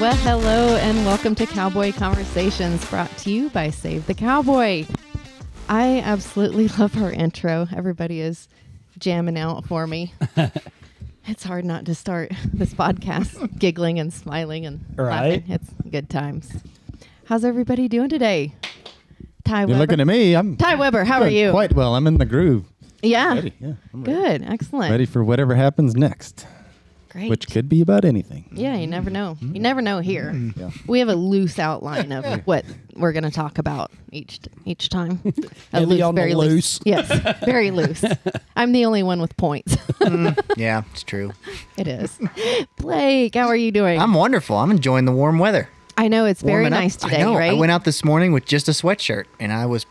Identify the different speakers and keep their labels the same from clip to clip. Speaker 1: Well, hello and welcome to Cowboy Conversations brought to you by Save the Cowboy. I absolutely love our intro. Everybody is jamming out for me. it's hard not to start this podcast giggling and smiling and
Speaker 2: Right.
Speaker 1: laughing. It's good times. How's everybody doing today? Ty
Speaker 3: You're
Speaker 1: Weber.
Speaker 3: looking at me. I'm
Speaker 1: Ty Weber, how are
Speaker 3: doing
Speaker 1: you?
Speaker 3: Quite well. I'm in the groove.
Speaker 1: yeah.
Speaker 3: Ready. Yeah. I'm ready.
Speaker 1: Good. Excellent.
Speaker 3: Ready for whatever happens next,
Speaker 1: Great.
Speaker 3: which Hmm. could be about anything.
Speaker 1: Yeah, you never know. You never know here.
Speaker 3: Yeah.
Speaker 1: We have a loose outline of what we're going to talk about each each time. A
Speaker 2: Heavy on the loose.
Speaker 1: Yes, very loose. I'm the only one with points.
Speaker 4: Yeah, it's true.
Speaker 1: it is. Blake, how are you doing?
Speaker 4: I'm wonderful. I'm enjoying the warm weather.
Speaker 1: I know it's very
Speaker 4: Warming up.
Speaker 1: nice today,
Speaker 4: I know.
Speaker 1: right?
Speaker 4: I went out this morning with just a sweatshirt and I was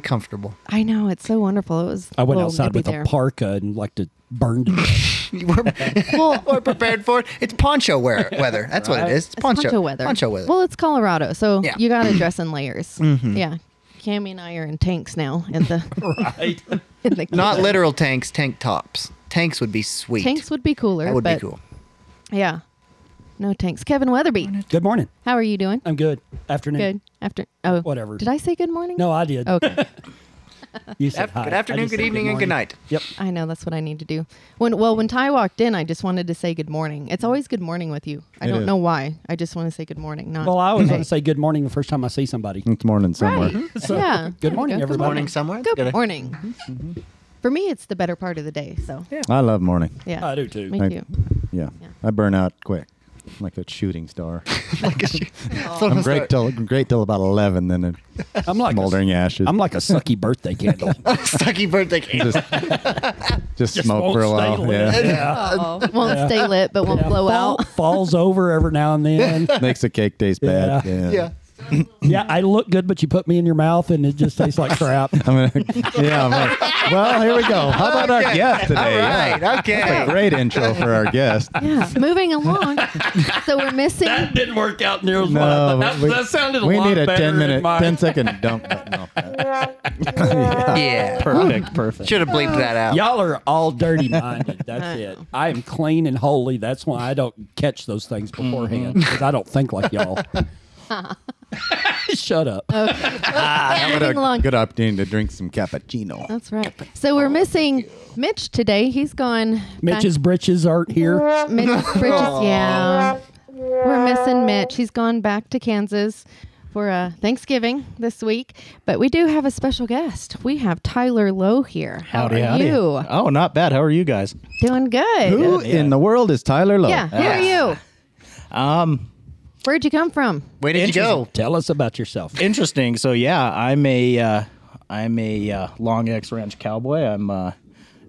Speaker 4: comfortable.
Speaker 1: I know it's so wonderful. It was.
Speaker 2: I went
Speaker 1: well,
Speaker 2: outside
Speaker 1: nippy
Speaker 2: with
Speaker 1: there.
Speaker 2: a parka and like to burn. To death.
Speaker 4: We're,
Speaker 1: Well,
Speaker 4: we're prepared for it. It's poncho wear, weather. That's what it is. It's
Speaker 1: it's
Speaker 4: poncho,
Speaker 1: weather.
Speaker 4: Poncho weather.
Speaker 1: Well, it's Colorado, so
Speaker 4: Yeah. Mm-hmm.
Speaker 1: you got to dress in layers. Yeah, Cammy and I are in tanks now in the
Speaker 2: right.
Speaker 1: in the
Speaker 4: Not
Speaker 1: cooler.
Speaker 4: literal tanks, tank tops. Tanks would be sweet.
Speaker 1: Tanks would be cooler.
Speaker 4: that would be
Speaker 1: but
Speaker 4: cool.
Speaker 1: Yeah. No tanks. Kevin Weatherby,
Speaker 2: Good morning.
Speaker 1: how are you doing?
Speaker 2: I'm good. Afternoon.
Speaker 1: Good. Oh. After oh
Speaker 2: Whatever.
Speaker 1: Did I say good morning?
Speaker 2: No, I did.
Speaker 1: Okay.
Speaker 2: You said
Speaker 4: Af-
Speaker 2: hi.
Speaker 4: good
Speaker 2: I
Speaker 4: afternoon,
Speaker 2: just
Speaker 4: good
Speaker 2: said
Speaker 4: evening, and good
Speaker 2: morning.
Speaker 4: night.
Speaker 2: Yep.
Speaker 1: I know that's what I need to do. When well, when Ty walked in, I just wanted to say good morning. It's always good morning with you. I
Speaker 3: It
Speaker 1: don't
Speaker 3: is.
Speaker 1: know why. I just want to say good morning. Not
Speaker 2: Well, I always
Speaker 1: hey.
Speaker 2: want to say good morning the first time I see somebody.
Speaker 3: It's morning somewhere.
Speaker 1: right. Mm-hmm. yeah. There we
Speaker 2: morning,
Speaker 1: go.
Speaker 2: everybody. Mm-hmm,
Speaker 4: Morning somewhere.
Speaker 1: Good
Speaker 4: Gotta-
Speaker 1: morning. For me, it's the better part of the day. So yeah,
Speaker 3: I love morning.
Speaker 2: I do too.
Speaker 1: Me
Speaker 3: I-
Speaker 1: too.
Speaker 3: Yeah.
Speaker 1: Yeah.
Speaker 3: I burn out quick, like a shooting star.
Speaker 4: Like a sh-
Speaker 3: I'm great till great till about eleven, then the
Speaker 2: I'm like
Speaker 3: smoldering
Speaker 2: A,
Speaker 3: ashes.
Speaker 2: I'm like a sucky birthday candle.
Speaker 4: Stucky birthday cake.
Speaker 3: just,
Speaker 2: Just
Speaker 3: just smoke
Speaker 2: won't
Speaker 3: for a
Speaker 2: stay
Speaker 3: while.
Speaker 2: lit.
Speaker 3: Yeah.
Speaker 1: Oh, won't stay lit, but won't
Speaker 2: Yeah,
Speaker 1: blow
Speaker 2: fall-
Speaker 1: out.
Speaker 2: falls over every now and then.
Speaker 3: Makes the cake taste bad.
Speaker 2: Yeah.
Speaker 3: Yeah.
Speaker 4: Yeah.
Speaker 2: yeah, I look good, but you put me in your mouth and it just tastes like crap.
Speaker 3: I'm gonna, yeah. I'm like, well, here we go. How about our guest today?
Speaker 4: All
Speaker 3: Yeah.
Speaker 4: right. Okay.
Speaker 3: That's a great intro for our guest.
Speaker 1: Yeah. Moving along. so we're missing.
Speaker 2: didn't work out near as
Speaker 3: No, we- we need a 10 minute,
Speaker 2: my-
Speaker 3: 10 second dump button off that.
Speaker 4: Yeah.
Speaker 3: Perfect, perfect.
Speaker 4: Should have bleeped that out.
Speaker 2: Y'all are all dirty minded.
Speaker 1: I
Speaker 2: That's
Speaker 1: know.
Speaker 2: it. I am clean and holy. That's why I don't catch those things beforehand
Speaker 1: Mm-hmm.
Speaker 2: because I don't think like y'all. Shut up.
Speaker 3: What
Speaker 1: Moving
Speaker 3: a
Speaker 1: along.
Speaker 3: good opportunity to drink some cappuccino.
Speaker 1: That's right. So
Speaker 2: Oh,
Speaker 1: we're missing Mitch today. He's gone. back-
Speaker 2: Mitch's britches aren't here.
Speaker 1: Mitch Bridges, yeah. We're missing Mitch. He's gone back to Kansas for uh, Thanksgiving this week. But we do have a special guest. We have Tyler Lowe here. How
Speaker 5: Howdy,
Speaker 1: are
Speaker 5: howdy.
Speaker 1: you?
Speaker 5: Oh, not bad. How are you guys?
Speaker 1: Doing good.
Speaker 3: Who in the world is Tyler Lowe?
Speaker 1: Yeah, who are you?
Speaker 5: Um,
Speaker 1: Where'd you come from?
Speaker 4: Where did you go?
Speaker 2: Tell us about yourself.
Speaker 5: interesting. So yeah, I'm a uh, I'm a uh, Long X Ranch cowboy. I'm uh,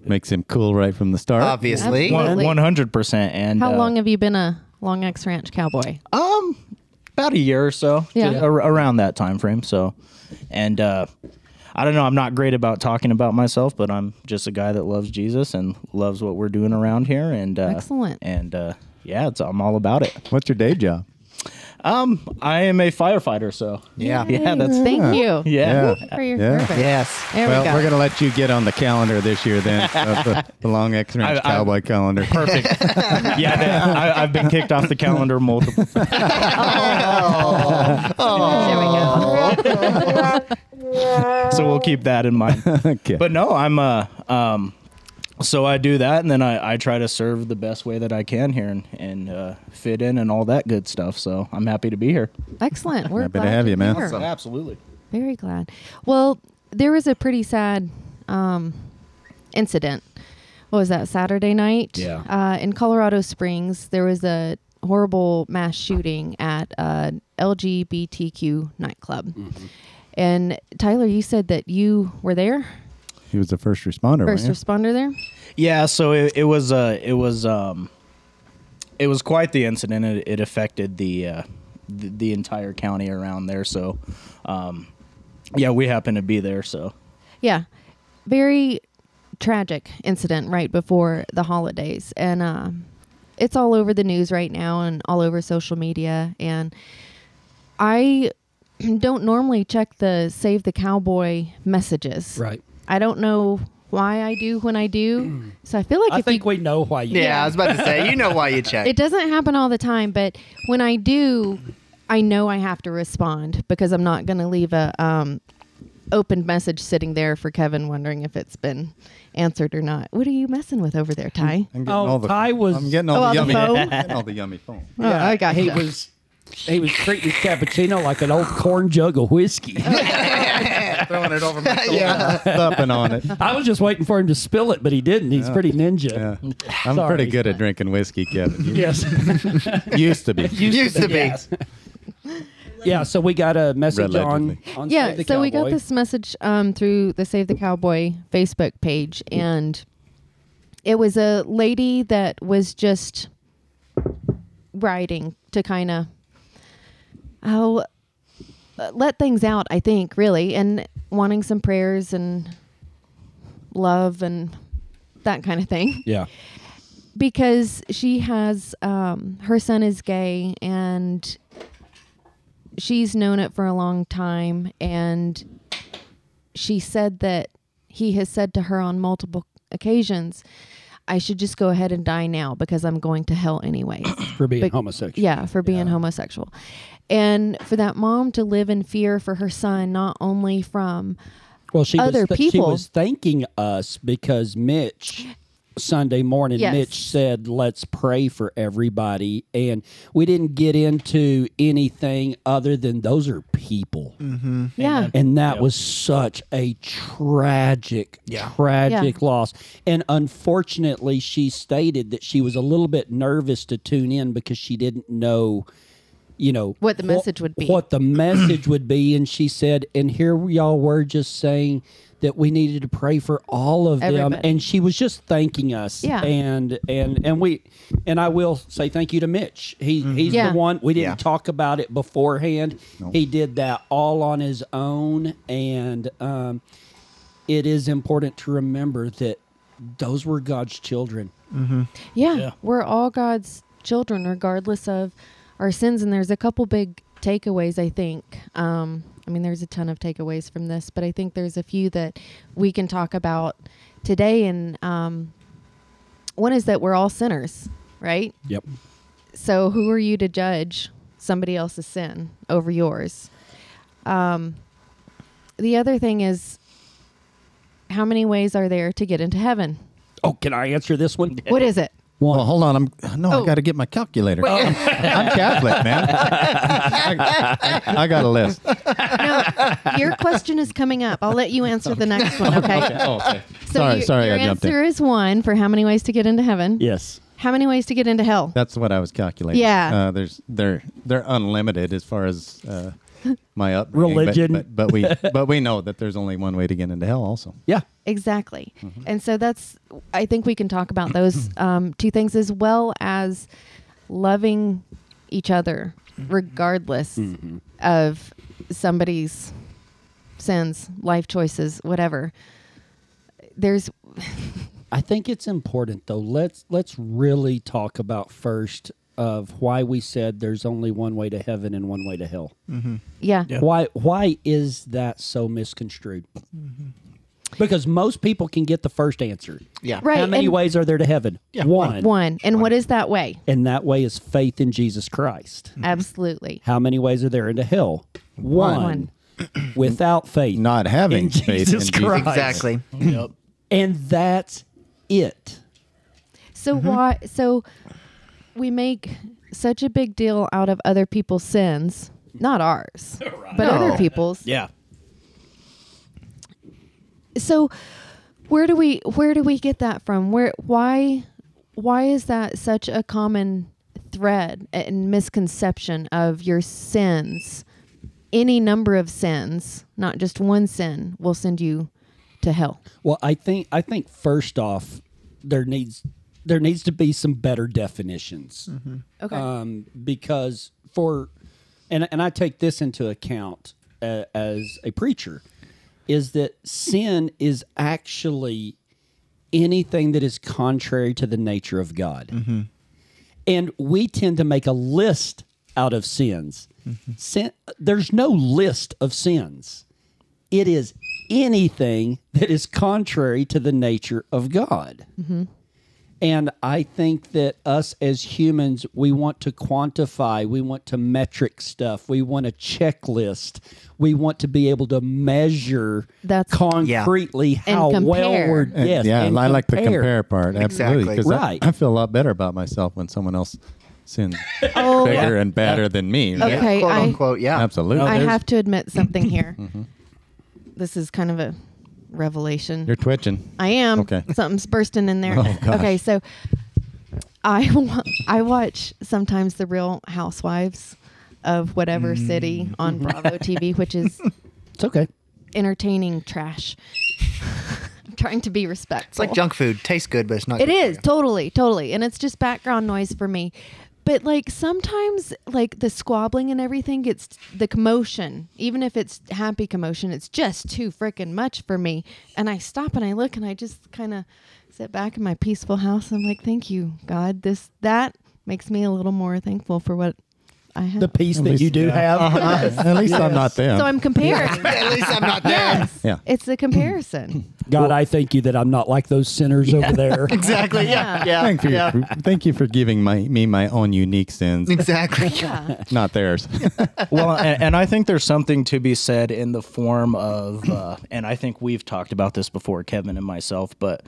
Speaker 3: Makes him cool right from the start.
Speaker 4: Obviously.
Speaker 1: Absolutely.
Speaker 5: one hundred percent. And
Speaker 1: How
Speaker 5: uh, Oh,
Speaker 1: long have you been a Long X Ranch cowboy?
Speaker 5: About a year or so.
Speaker 1: Yeah.
Speaker 5: Just ar- around that time frame. So, and uh, I don't know. I'm not great about talking about myself, but I'm just a guy that loves Jesus and loves what we're doing around here. And uh,
Speaker 1: Excellent.
Speaker 5: And uh, yeah, it's I'm all about it.
Speaker 3: What's your day job?
Speaker 5: I am a firefighter. So
Speaker 4: Yeah.
Speaker 5: yeah, that's
Speaker 1: Thank you.
Speaker 5: yeah.
Speaker 1: For your
Speaker 3: Yeah.
Speaker 1: service.
Speaker 4: Yes.
Speaker 1: There
Speaker 3: well,
Speaker 1: we go.
Speaker 3: are going to let you get on the calendar this year then, of the, the Long X Ranch
Speaker 5: I- I-
Speaker 3: Cowboy calendar.
Speaker 5: Perfect. yeah, that, I, I've been kicked off the calendar multiple.
Speaker 1: there we go.
Speaker 5: so we'll keep that in mind.
Speaker 3: Okay.
Speaker 5: But no, I'm uh um so I do that and then I, I try to serve the best way that I can here and, and uh, fit in and all that good stuff. So I'm happy to be here.
Speaker 1: Excellent. We're
Speaker 3: Happy to
Speaker 1: glad
Speaker 3: have you,
Speaker 1: you're
Speaker 3: man.
Speaker 1: here.
Speaker 3: Awesome.
Speaker 5: Absolutely.
Speaker 1: Very glad. Well, there was a pretty sad um, incident. What was that, Saturday night?
Speaker 2: Yeah.
Speaker 1: Uh, in Colorado Springs, there was a horrible mass shooting at an LGBTQ nightclub. And Tyler, you said that you were there,
Speaker 3: he was the first responder.
Speaker 1: first
Speaker 3: weren't
Speaker 1: responder there.
Speaker 5: Yeah, so it, it was uh it was um it was quite the incident. It, it affected the uh the, the entire county around there. So um yeah, we happen to be there, so
Speaker 1: Yeah. Very tragic incident right before the holidays. And um it's all over the news right now and all over social media. And I don't normally check the Save the Cowboy messages.
Speaker 2: Right.
Speaker 1: I don't know why I do when I do. So I feel like
Speaker 2: I
Speaker 1: if you
Speaker 2: think we know why you.
Speaker 4: Yeah, I was about to say, you know why you check.
Speaker 1: It doesn't happen all the time, but when I do, I know I have to respond because I'm not going to leave a um, open message sitting there for Kevin wondering if it's been answered or not. What are you messing with over there, Ty?
Speaker 3: I'm getting
Speaker 2: Oh,
Speaker 3: all the.
Speaker 2: Ty was-
Speaker 3: I'm getting all
Speaker 1: Oh,
Speaker 3: the
Speaker 1: all the
Speaker 3: yummy.
Speaker 1: phone?
Speaker 3: getting all the yummy phone.
Speaker 1: Oh, I got
Speaker 2: He
Speaker 1: you.
Speaker 2: was he was treating his cappuccino like an old corn jug of whiskey.
Speaker 3: Throwing it over my shoulder, thumping on it.
Speaker 2: I was just waiting for him to spill it, but he didn't. He's pretty ninja.
Speaker 3: Yeah. I'm
Speaker 2: Sorry.
Speaker 3: pretty good at drinking whiskey, Kevin. You
Speaker 2: Yes.
Speaker 3: used to be.
Speaker 4: Used to be.
Speaker 2: yeah. So we got a message on,
Speaker 3: Allegedly.
Speaker 2: on
Speaker 1: yeah,
Speaker 2: Save
Speaker 1: so
Speaker 2: the
Speaker 1: we got
Speaker 2: Cowboy.
Speaker 1: this message um, through the Save the Cowboy Facebook page, and it was a lady that was just writing to kind of oh uh, let things out. I think really, and wanting some prayers and love and that kind of thing
Speaker 2: Yeah.
Speaker 1: because she has um, her son is gay and she's known it for a long time and she said that he has said to her on multiple occasions i should just go ahead and die now because i'm going to hell anyways
Speaker 2: For being
Speaker 1: But-
Speaker 2: homosexual.
Speaker 1: yeah for being homosexual and for that mom to live in fear for her son not only from
Speaker 2: Well, she
Speaker 1: other
Speaker 2: was th-
Speaker 1: people.
Speaker 2: She was thanking us because Mitch Sunday morning.
Speaker 1: Yes.
Speaker 2: Mitch said, "Let's pray for everybody," and we didn't get into anything other than those are people,
Speaker 1: yeah
Speaker 2: and that was such a tragic, tragic loss. And unfortunately, she stated that she was a little bit nervous to tune in because she didn't know. You know
Speaker 1: What the
Speaker 2: wh-
Speaker 1: message would be.
Speaker 2: What what the message would be. And she said, and here we all were just saying that we needed to pray for all of them.
Speaker 1: Everybody.
Speaker 2: And she was just thanking us.
Speaker 1: Yeah.
Speaker 2: And and and we and I will say thank you to Mitch. He he's
Speaker 1: Yeah.
Speaker 2: the one we didn't
Speaker 4: Yeah.
Speaker 2: talk about it beforehand. He did that all on his own. And um it is important to remember that those were God's children.
Speaker 1: Yeah,
Speaker 5: Yeah.
Speaker 1: we're all God's children, regardless of our sins. And there's a couple big takeaways, I think. Um, I mean, there's a ton of takeaways from this, but I think there's a few that we can talk about today. And um, one is that we're all sinners, right?
Speaker 2: Yep.
Speaker 1: So who are you to judge somebody else's sin over yours? Um, the other thing is, how many ways are there to get into heaven?
Speaker 2: Oh, can I answer this one?
Speaker 1: What is it?
Speaker 3: Well, hold on. I'm no.
Speaker 1: Oh.
Speaker 3: I got to get my calculator. I'm Catholic, man. I, I- I got a list.
Speaker 1: Your question is coming up. I'll let you answer the next one, okay?
Speaker 3: Oh, okay.
Speaker 1: So
Speaker 3: sorry,
Speaker 1: your,
Speaker 3: sorry,
Speaker 1: your
Speaker 3: I jumped
Speaker 1: answer
Speaker 3: in.
Speaker 1: is one for how many ways to get into heaven?
Speaker 2: Yes.
Speaker 1: How many ways to get into hell?
Speaker 3: That's what I was calculating.
Speaker 1: Yeah.
Speaker 3: Uh, there's they're they're unlimited as far as uh, my upbringing, but-
Speaker 2: Religion.
Speaker 3: but, but, we but we know that there's only one way to get into hell. Also,
Speaker 2: Yeah.
Speaker 1: Exactly.
Speaker 3: Mm-hmm.
Speaker 1: And so that's, I think we can talk about those um, two things as well as loving each other regardless
Speaker 3: Mm-hmm.
Speaker 1: of somebody's sins, life choices, whatever. There's,
Speaker 2: I think it's important though. Let's let's really talk about first of why we said there's only one way to heaven and one way to hell.
Speaker 1: yeah.
Speaker 5: Yeah.
Speaker 2: Why why is that so misconstrued? Because most people can get the first answer.
Speaker 4: Yeah.
Speaker 1: Right.
Speaker 2: How many
Speaker 1: and
Speaker 2: ways are there to heaven? one.
Speaker 1: One. And what is that way?
Speaker 2: And that way is faith in Jesus Christ.
Speaker 3: Mm-hmm.
Speaker 1: Absolutely.
Speaker 2: How many ways are there into hell? One. Without faith.
Speaker 3: not having
Speaker 2: In
Speaker 3: faith
Speaker 2: Jesus
Speaker 3: in Jesus.
Speaker 2: Christ.
Speaker 4: Exactly.
Speaker 5: Yep.
Speaker 2: And that's it.
Speaker 1: So why? So we make such a big deal out of other people's sins, not ours, but other
Speaker 4: No.
Speaker 1: people's.
Speaker 5: Yeah.
Speaker 1: So where do we where do we get that from? Where why why is that such a common thread and misconception of your sins? Any number of sins, not just one sin, will send you to hell.
Speaker 2: Well, I think I think first off, there needs there needs to be some better definitions
Speaker 1: Okay.
Speaker 2: um, because for and and I take this into account uh, as a preacher is that sin is actually anything that is contrary to the nature of God.
Speaker 1: Mm-hmm.
Speaker 2: And we tend to make a list out of
Speaker 1: Mm-hmm.
Speaker 2: sins. Sin, there's no list of sins. It is anything that is contrary to the nature of God.
Speaker 1: Mm-hmm.
Speaker 2: And I think that us as humans, we want to quantify, we want to metric stuff, we want a checklist, we want to be able to measure
Speaker 1: That's- Yeah.
Speaker 2: concretely
Speaker 1: And
Speaker 2: how well
Speaker 1: compare.
Speaker 2: we're
Speaker 3: And-
Speaker 2: yes,
Speaker 3: yeah,
Speaker 2: and
Speaker 3: I like the
Speaker 2: compare.
Speaker 3: compare part. Absolutely.
Speaker 4: Exactly.
Speaker 3: 'cause I-
Speaker 2: Right.
Speaker 3: I, feel a lot better about myself when someone else sins
Speaker 1: Oh,
Speaker 3: bigger and badder than me.
Speaker 1: Okay.
Speaker 3: Yeah.
Speaker 4: Quote
Speaker 1: I-
Speaker 4: unquote, yeah.
Speaker 3: Absolutely.
Speaker 1: I
Speaker 2: there's-
Speaker 1: have to admit something here. This is kind of a revelation.
Speaker 3: You're twitching.
Speaker 1: I am.
Speaker 3: Okay.
Speaker 1: Something's bursting in there.
Speaker 3: Oh, gosh.
Speaker 1: okay, so I wa- I watch sometimes the Real Housewives of whatever
Speaker 3: Mm.
Speaker 1: city on Bravo TV, which is
Speaker 2: It's okay.
Speaker 1: entertaining trash. I'm trying to be respectful.
Speaker 4: It's like junk food. Tastes good, but it's not.
Speaker 1: It
Speaker 4: good for
Speaker 1: is
Speaker 4: you.
Speaker 1: totally, totally, and it's just background noise for me. But like sometimes, like the squabbling and everything gets the commotion. Even if it's happy commotion, it's just too freaking much for me. And I stop and I look and I just kind of sit back in my peaceful house. I'm like, thank you, God. This that makes me a little more thankful for what I have.
Speaker 2: The piece that
Speaker 3: least-
Speaker 2: you do
Speaker 3: yeah. Uh-huh.
Speaker 2: have.
Speaker 3: At least I'm not them.
Speaker 1: so I'm comparing.
Speaker 4: At least I'm not there.
Speaker 1: yes,
Speaker 3: Yeah.
Speaker 1: it's the comparison.
Speaker 2: God, I thank you that I'm not like those sinners over there.
Speaker 4: Exactly. Yeah. Yeah.
Speaker 3: Thank you.
Speaker 4: yeah.
Speaker 3: For, thank you for giving my me my own unique sins,
Speaker 4: Exactly.
Speaker 3: not theirs.
Speaker 5: well, and, and I think there's something to be said in the form of, uh, and I think we've talked about this before, Kevin and myself, but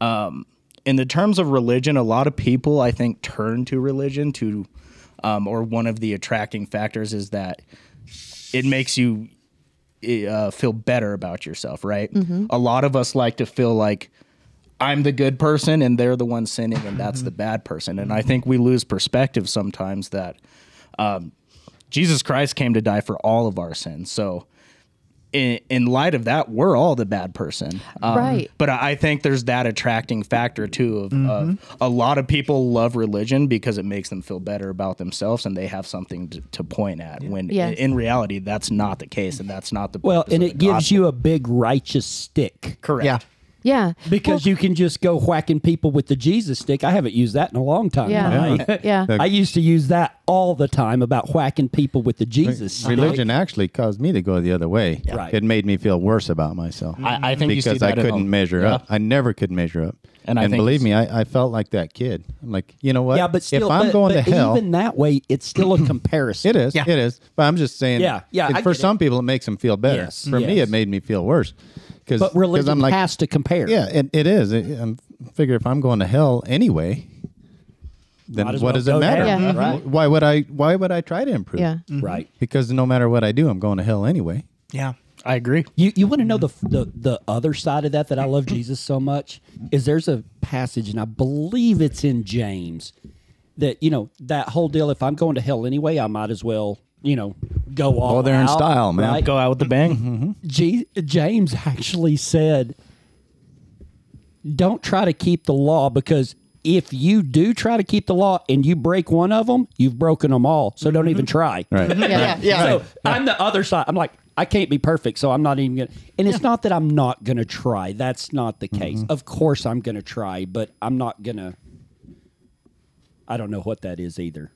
Speaker 5: um, in the terms of religion, a lot of people I think turn to religion to, um, or one of the attracting factors is that it makes you i- uh, feel better about yourself, right? A lot of us like to feel like I'm the good person and they're the one sinning and that's the bad person. And I think we lose perspective sometimes that um, Jesus Christ came to die for all of our sins. So, in, in light of that, we're all the bad person. Um,
Speaker 1: Right.
Speaker 5: But I I think there's that attracting factor too of,
Speaker 2: Mm-hmm.
Speaker 5: of a lot of people love religion because it makes them feel better about themselves and they have something to, to point at when
Speaker 1: Yes.
Speaker 5: in reality that's not the case and that's not the
Speaker 2: well,
Speaker 5: purpose
Speaker 2: and
Speaker 5: of
Speaker 2: it
Speaker 5: the
Speaker 2: gives
Speaker 5: gospel.
Speaker 2: you a big righteous stick.
Speaker 5: correct.
Speaker 4: Yeah.
Speaker 1: Yeah,
Speaker 2: Because you can just go whacking people with the Jesus stick. I haven't used that in a long time.
Speaker 1: Yeah.
Speaker 2: Right?
Speaker 1: Yeah.
Speaker 2: I used to use that all the time about whacking people with the Jesus stick.
Speaker 3: Religion actually caused me to go the other way.
Speaker 2: Right.
Speaker 3: It made me feel worse about myself.
Speaker 5: I- I think you
Speaker 3: because
Speaker 5: see that
Speaker 3: I
Speaker 5: at
Speaker 3: couldn't
Speaker 5: home.
Speaker 3: measure
Speaker 5: Yeah.
Speaker 3: up. I never could measure up.
Speaker 5: And I think
Speaker 3: believe
Speaker 5: it's-
Speaker 3: me, I, I felt like that kid. I'm like, you know what?
Speaker 2: Yeah, but still,
Speaker 3: if I'm
Speaker 2: but-
Speaker 3: going
Speaker 2: but
Speaker 3: to hell,
Speaker 2: even that way, it's still a comparison.
Speaker 3: It is.
Speaker 4: Yeah.
Speaker 3: It is. But I'm just saying.
Speaker 2: Yeah, yeah,
Speaker 3: it-
Speaker 2: I
Speaker 3: for
Speaker 2: get it.
Speaker 3: some people, it makes them feel better.
Speaker 2: Yes,
Speaker 3: for me,
Speaker 2: yes.
Speaker 3: it made me feel worse. Because
Speaker 2: But religion
Speaker 3: I'm like,
Speaker 2: has to compare.
Speaker 3: yeah, it, it is. It, I'm figure if I'm going to hell anyway, then
Speaker 2: Might
Speaker 3: what
Speaker 2: as well
Speaker 3: does it
Speaker 2: go to
Speaker 3: matter?
Speaker 1: hell, Yeah.
Speaker 2: right?
Speaker 3: Why would I? Why would I try to improve?
Speaker 1: yeah.
Speaker 2: Right.
Speaker 3: Because no matter what I do, I'm going to hell anyway.
Speaker 4: Yeah.
Speaker 5: I agree.
Speaker 2: You you want to know the,
Speaker 3: Mm-hmm.
Speaker 2: the the other side of that that I love Jesus so much is there's a passage and I believe it's in James that you know that whole deal if I'm going to hell anyway I might as well you know go all
Speaker 3: Go there in
Speaker 2: out,
Speaker 3: style, man.
Speaker 2: right?
Speaker 5: Go out with the bang.
Speaker 2: Mm-hmm. J- James actually said don't try to keep the law because if you do try to keep the law and you break one of them you've broken them all so don't
Speaker 4: Mm-hmm.
Speaker 2: even try
Speaker 3: Right.
Speaker 1: Mm-hmm. Yeah.
Speaker 4: Yeah.
Speaker 2: so I'm the other side. I'm like, I can't be perfect, so I'm not even gonna. And it's not that I'm not gonna try. That's not the
Speaker 4: Mm-hmm.
Speaker 2: case. Of course, I'm gonna try, but I'm not gonna. I don't know what that is either.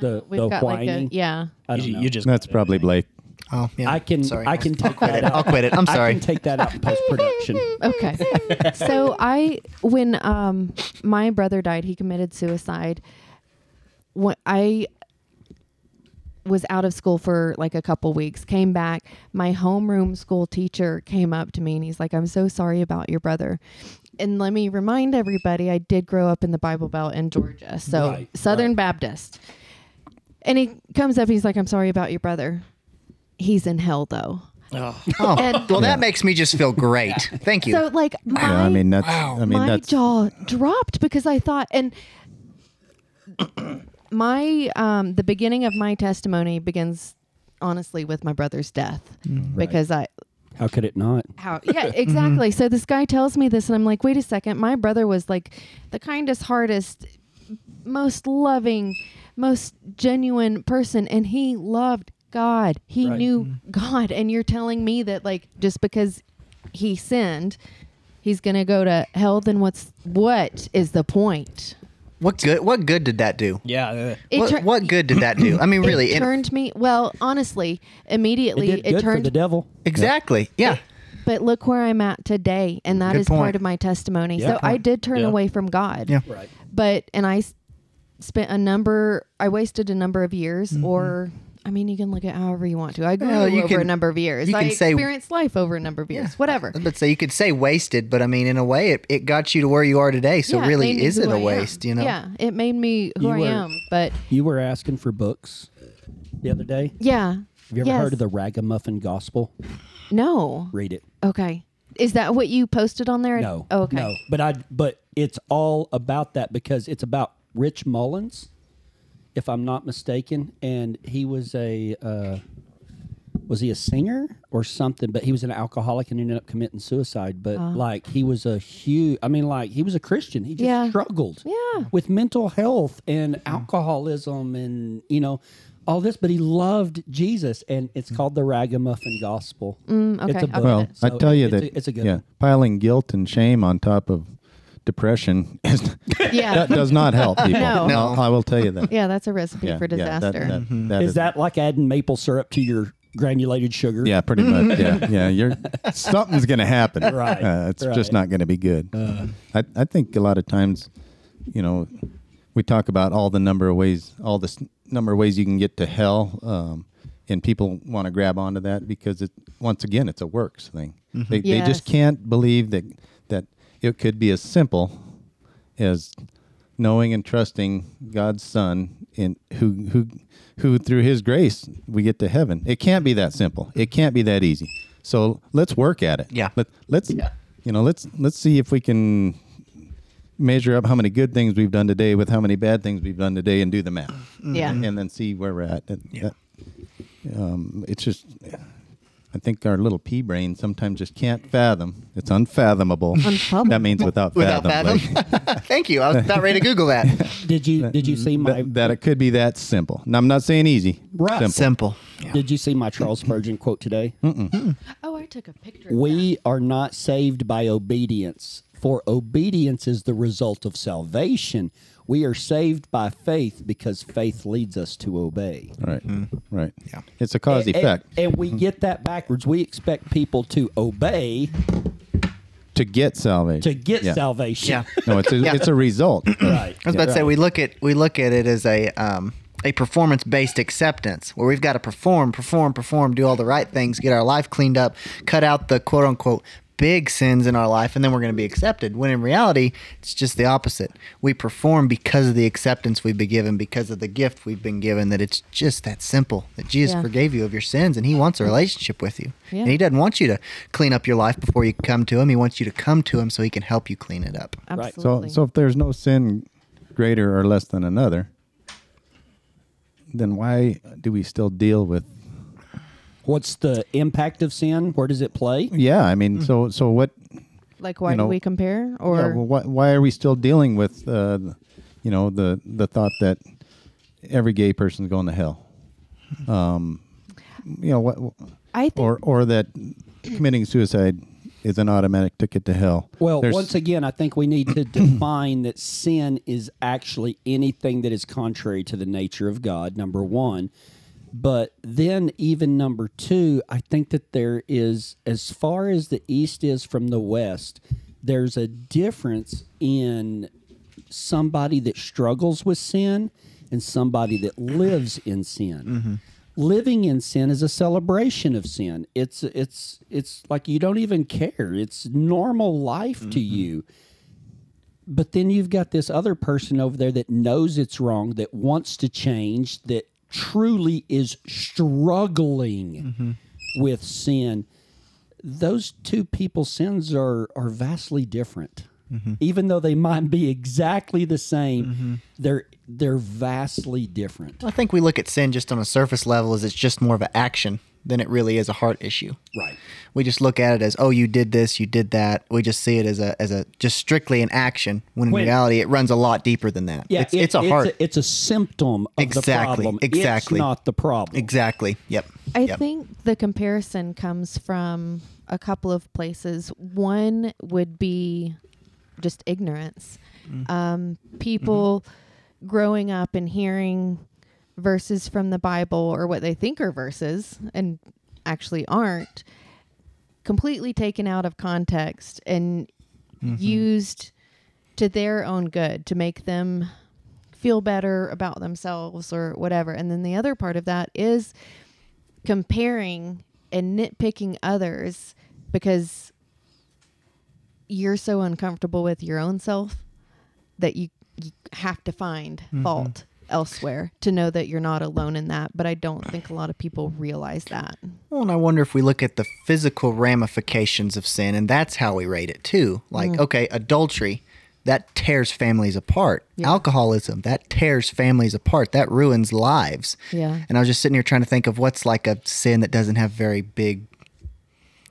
Speaker 2: The
Speaker 1: We've
Speaker 2: the
Speaker 1: got like
Speaker 2: whining.
Speaker 1: a yeah.
Speaker 2: I don't
Speaker 5: You,
Speaker 2: know.
Speaker 5: you just
Speaker 3: That's probably Blake.
Speaker 4: Oh, yeah.
Speaker 2: I can
Speaker 4: Sorry.
Speaker 2: I can take
Speaker 4: quit
Speaker 2: that
Speaker 4: it.
Speaker 2: out.
Speaker 4: I'll quit it. I'm
Speaker 2: I
Speaker 4: sorry.
Speaker 2: can take that out in post production.
Speaker 1: Okay. so I, when um, my brother died, he committed suicide. When I was out of school for like a couple weeks, came back, my homeroom school teacher came up to me and he's like, "I'm so sorry about your brother." And let me remind everybody, I did grow up in the Bible Belt in Georgia, so
Speaker 2: Right,
Speaker 1: Southern Baptist. And he comes up, he's like, "I'm sorry about your brother. He's in hell though."
Speaker 4: Oh,
Speaker 1: And-
Speaker 4: well, that makes me just feel great. Thank you.
Speaker 1: So like my
Speaker 3: Yeah, I mean that's. I mean
Speaker 1: my
Speaker 3: that's.
Speaker 1: jaw dropped because I thought and my um the beginning of my testimony begins honestly with my brother's death
Speaker 3: Mm.
Speaker 1: because I
Speaker 2: How could it not?
Speaker 1: how yeah exactly so this guy tells me this and I'm like wait a second my brother was like the kindest hardest most loving most genuine person and he loved God he
Speaker 2: Right. Mm-hmm.
Speaker 1: knew God and you're telling me that like just because he sinned he's going to go to hell then what's what is the point
Speaker 4: What good? What good did that do?
Speaker 5: Yeah. uh,
Speaker 1: It
Speaker 4: what,
Speaker 1: tur-
Speaker 4: what good did that do? I mean, really,
Speaker 1: it
Speaker 4: it-
Speaker 1: turned me well. Honestly, immediately
Speaker 2: it did good
Speaker 1: turned
Speaker 2: for the devil.
Speaker 4: exactly. Yeah.
Speaker 1: But look where I'm at today, and that is
Speaker 4: Good
Speaker 1: part
Speaker 4: point.
Speaker 1: of my testimony.
Speaker 2: Yeah.
Speaker 1: so I did turn
Speaker 5: Yeah.
Speaker 1: away from God.
Speaker 4: Yeah.
Speaker 2: Right.
Speaker 1: But and I s- spent a number. I wasted a number of years, or I mean, you can look at however you want to. I grew
Speaker 4: Mm-hmm. Well, you
Speaker 1: over a
Speaker 4: can-
Speaker 1: number of years.
Speaker 4: you
Speaker 1: I
Speaker 4: can say-
Speaker 1: experienced life over a number of years. Whatever.
Speaker 4: But so you could say wasted, but I mean, in a way, it, it got you to where you are today. So
Speaker 1: Yeah, it
Speaker 4: really,
Speaker 1: made me
Speaker 4: is it
Speaker 1: who I
Speaker 4: a
Speaker 1: am.
Speaker 4: waste? You know.
Speaker 1: Yeah, it made me who
Speaker 2: You
Speaker 1: I
Speaker 2: were-
Speaker 1: am. But
Speaker 2: You were asking for books the other day.
Speaker 1: yeah.
Speaker 2: Have you ever
Speaker 1: Yes.
Speaker 2: heard of the Ragamuffin Gospel?
Speaker 1: No.
Speaker 2: Read it.
Speaker 1: Okay. Is that what you posted on there?
Speaker 2: No.
Speaker 1: Oh, okay.
Speaker 2: No. But I but it's all about that because it's about Rich Mullins, if I'm not mistaken, and he was a uh, was he a singer or something? But he was an alcoholic and ended up committing suicide. But
Speaker 1: Ah.
Speaker 2: like he was a huge, I mean, like he was a Christian. He just
Speaker 1: Yeah.
Speaker 2: struggled,
Speaker 1: Yeah.
Speaker 2: with mental health and alcoholism and you know all this. But he loved Jesus, and it's called the Ragamuffin Gospel.
Speaker 1: Mm, okay.
Speaker 2: It's a
Speaker 1: I'll
Speaker 2: book.
Speaker 1: get
Speaker 3: Well,
Speaker 1: it.
Speaker 2: So
Speaker 3: I tell
Speaker 2: it-
Speaker 3: you
Speaker 2: it's
Speaker 3: that
Speaker 2: a- it's a good
Speaker 3: yeah,
Speaker 2: one.
Speaker 3: piling guilt and shame on top of depression is,
Speaker 1: Yeah.
Speaker 3: that does not help people.
Speaker 1: No. No.
Speaker 3: I will tell you that.
Speaker 1: Yeah, that's a recipe for disaster.
Speaker 3: that- that- that
Speaker 2: Mm-hmm. Is
Speaker 3: is-
Speaker 2: that like adding maple syrup to your granulated sugar?
Speaker 3: Yeah, pretty much. Yeah, yeah. You're something's going to happen.
Speaker 2: Right,
Speaker 3: Uh, it's
Speaker 2: right. Uh.
Speaker 3: just not going to be good. I I think a lot of times, you know, we talk about all the number of ways, all this number of ways you can get to hell, um, and people want to grab onto that because it once again it's a works thing. They they just
Speaker 1: Yes.
Speaker 3: can't believe that that it could be as simple as knowing and trusting God's Son in who who who through his grace we get to heaven. It can't be that simple. It can't be that easy. So let's work at it.
Speaker 4: Yeah.
Speaker 3: Let let's you know, let's let's see if we can measure up how many good things we've done today with how many bad things we've done today and do the math.
Speaker 4: Mm-hmm.
Speaker 1: Yeah.
Speaker 3: And then see where we're at. That- that- um, it's just I think our little pea brain sometimes just can't fathom. It's unfathomable.
Speaker 1: Unfathomable.
Speaker 3: That means without fathom.
Speaker 4: Without fathom.
Speaker 3: Blake.
Speaker 4: Thank you. I was about ready to Google that.
Speaker 2: Did you did you see my
Speaker 3: that, that it could be that simple. Now, I'm not saying easy.
Speaker 2: Right.
Speaker 3: Simple.
Speaker 4: Simple. Yeah.
Speaker 2: did you see my Charles Spurgeon quote today?
Speaker 1: Oh, I took a picture. of that.
Speaker 2: We are not saved by obedience, for obedience is the result of salvation. We are saved by faith because faith leads us to obey.
Speaker 3: Right. Right. Yeah. It's a cause
Speaker 2: And-
Speaker 3: effect
Speaker 2: And, we
Speaker 4: Mm-hmm.
Speaker 2: get that backwards. We expect people to obey
Speaker 3: to get salvation.
Speaker 2: to get
Speaker 3: Yeah.
Speaker 2: salvation.
Speaker 4: Yeah.
Speaker 3: No, it's a, it's a result.
Speaker 2: Right.
Speaker 4: I was about to say we look at we look at it as a um, a performance based acceptance where we've got to perform, perform, perform, do all the right things, get our life cleaned up, cut out the quote unquote big sins in our life, and then we're going to be accepted. When in reality, it's just the opposite. We perform because of the acceptance we've been given, because of the gift we've been given. That it's just that simple. That Jesus
Speaker 1: Yeah.
Speaker 4: forgave you of your sins, and He wants a relationship with you.
Speaker 1: Yeah.
Speaker 4: And He doesn't want you to clean up your life before you come to Him. He wants you to come to Him so He can help you clean it up.
Speaker 2: Right.
Speaker 3: So,
Speaker 1: Absolutely.
Speaker 3: so if there's no sin greater or less than another, then why do we still deal with?
Speaker 2: What's the impact of sin? Where does it play?
Speaker 3: Yeah. I mean, so so what?
Speaker 1: like, why
Speaker 3: you know,
Speaker 1: do we compare? Or
Speaker 3: yeah, well, why, why are we still dealing with, uh, you know, the the thought that every gay person's going to hell? Um, you know what?
Speaker 1: I think
Speaker 3: or or that committing suicide is an automatic ticket to hell.
Speaker 2: Well,
Speaker 3: There's-
Speaker 2: once again, I think we need to define that sin is actually anything that is contrary to the nature of God, number one. But then, even number two, I think that there is, as far as the East is from the West, there's a difference in somebody that struggles with sin and somebody that lives in sin. Living in sin is a celebration of sin. It's it's it's like you don't even care. It's normal life to you. But then you've got this other person over there that knows it's wrong, that wants to change, that truly is struggling
Speaker 4: Mm-hmm.
Speaker 2: with sin. Those two people's sins are are vastly different.
Speaker 4: Mm-hmm.
Speaker 2: Even though they might be exactly the same, they're they're vastly different.
Speaker 4: I think we look at sin just on a surface level as it's just more of an action than it really is a heart issue.
Speaker 2: Right.
Speaker 4: We just look at it as, oh, you did this, you did that. We just see it as a as a just strictly an action. When in
Speaker 2: When-
Speaker 4: reality, it runs a lot deeper than that.
Speaker 2: Yeah,
Speaker 4: it's,
Speaker 2: it-
Speaker 4: it's a heart.
Speaker 2: it's a symptom of the
Speaker 4: Exactly,
Speaker 2: problem.
Speaker 4: exactly.
Speaker 2: It's not the problem.
Speaker 4: exactly. Yep.
Speaker 1: I
Speaker 4: Yep.
Speaker 1: think the comparison comes from a couple of places. One would be just ignorance. Um, people growing up and hearing verses from the Bible or what they think are verses and actually aren't completely taken out of context and used to their own good to make them feel better about themselves or whatever. And then the other part of that is comparing and nitpicking others because you're so uncomfortable with your own self that you, you have to find fault elsewhere to know that you're not alone in that. But I don't think a lot of people realize that.
Speaker 4: Well, and I wonder if we look at the physical ramifications of sin, and that's how we rate it too. Like,
Speaker 1: Mm.
Speaker 4: okay, adultery, that tears families apart.
Speaker 1: Yeah.
Speaker 4: Alcoholism, that tears families apart. That ruins lives.
Speaker 1: Yeah.
Speaker 4: And I was just sitting here trying to think of what's like a sin that doesn't have very big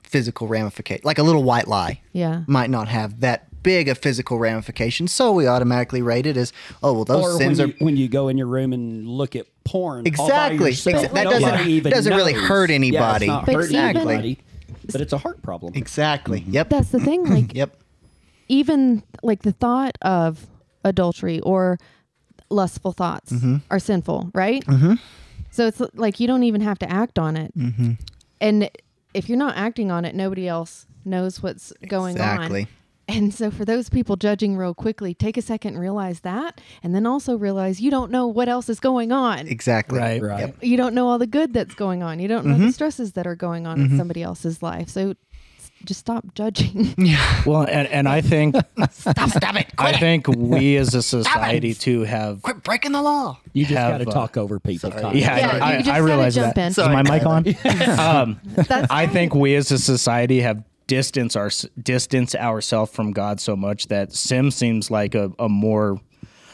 Speaker 4: physical ramifications. Like a little white lie
Speaker 1: Yeah.
Speaker 4: might not have that big a physical ramification. So we automatically rate it as, oh, well, those
Speaker 2: or when
Speaker 4: sins
Speaker 2: you,
Speaker 4: are
Speaker 2: when you go in your room and look at porn. all by
Speaker 4: Exactly.
Speaker 2: yourself,
Speaker 4: Exa- that
Speaker 2: nobody
Speaker 4: doesn't-
Speaker 2: even
Speaker 4: doesn't really
Speaker 2: knows.
Speaker 4: hurt
Speaker 2: Yeah, it's
Speaker 4: anybody.
Speaker 2: not
Speaker 1: But
Speaker 2: hurting
Speaker 1: even-
Speaker 2: anybody, but it's a heart problem.
Speaker 4: Exactly. Yep.
Speaker 1: That's the thing. Like,
Speaker 4: yep.
Speaker 1: even like the thought of adultery or lustful thoughts
Speaker 5: Mm-hmm.
Speaker 1: are sinful, right? Mm-hmm. So it's like you don't even have to act on it. Mm-hmm. And if you're not acting on it, nobody else knows what's going
Speaker 4: Exactly.
Speaker 1: on. And so for those people judging real quickly, take a second and realize that. And then also realize you don't know what else is going on
Speaker 4: Exactly.
Speaker 2: Right.
Speaker 1: you don't know all the good that's going on. You don't know
Speaker 5: Mm-hmm.
Speaker 1: the stresses that are going on in somebody else's life. So s- just stop judging.
Speaker 5: Well, and, and I think
Speaker 4: Stop, stop it.
Speaker 5: I think we as a society too have
Speaker 4: Quit breaking the law.
Speaker 2: You just
Speaker 5: have,
Speaker 2: got to
Speaker 5: uh,
Speaker 2: talk over people. Kyle.
Speaker 5: Yeah,
Speaker 1: Yeah, you
Speaker 5: I,
Speaker 1: just
Speaker 5: I, I
Speaker 1: gotta
Speaker 5: realize
Speaker 1: jump
Speaker 5: that.
Speaker 1: in.
Speaker 5: Is
Speaker 1: Sorry.
Speaker 5: my mic on? um,
Speaker 1: That's
Speaker 5: I think we as a society have distanced our distance ourselves from God so much that sim seems like a, a more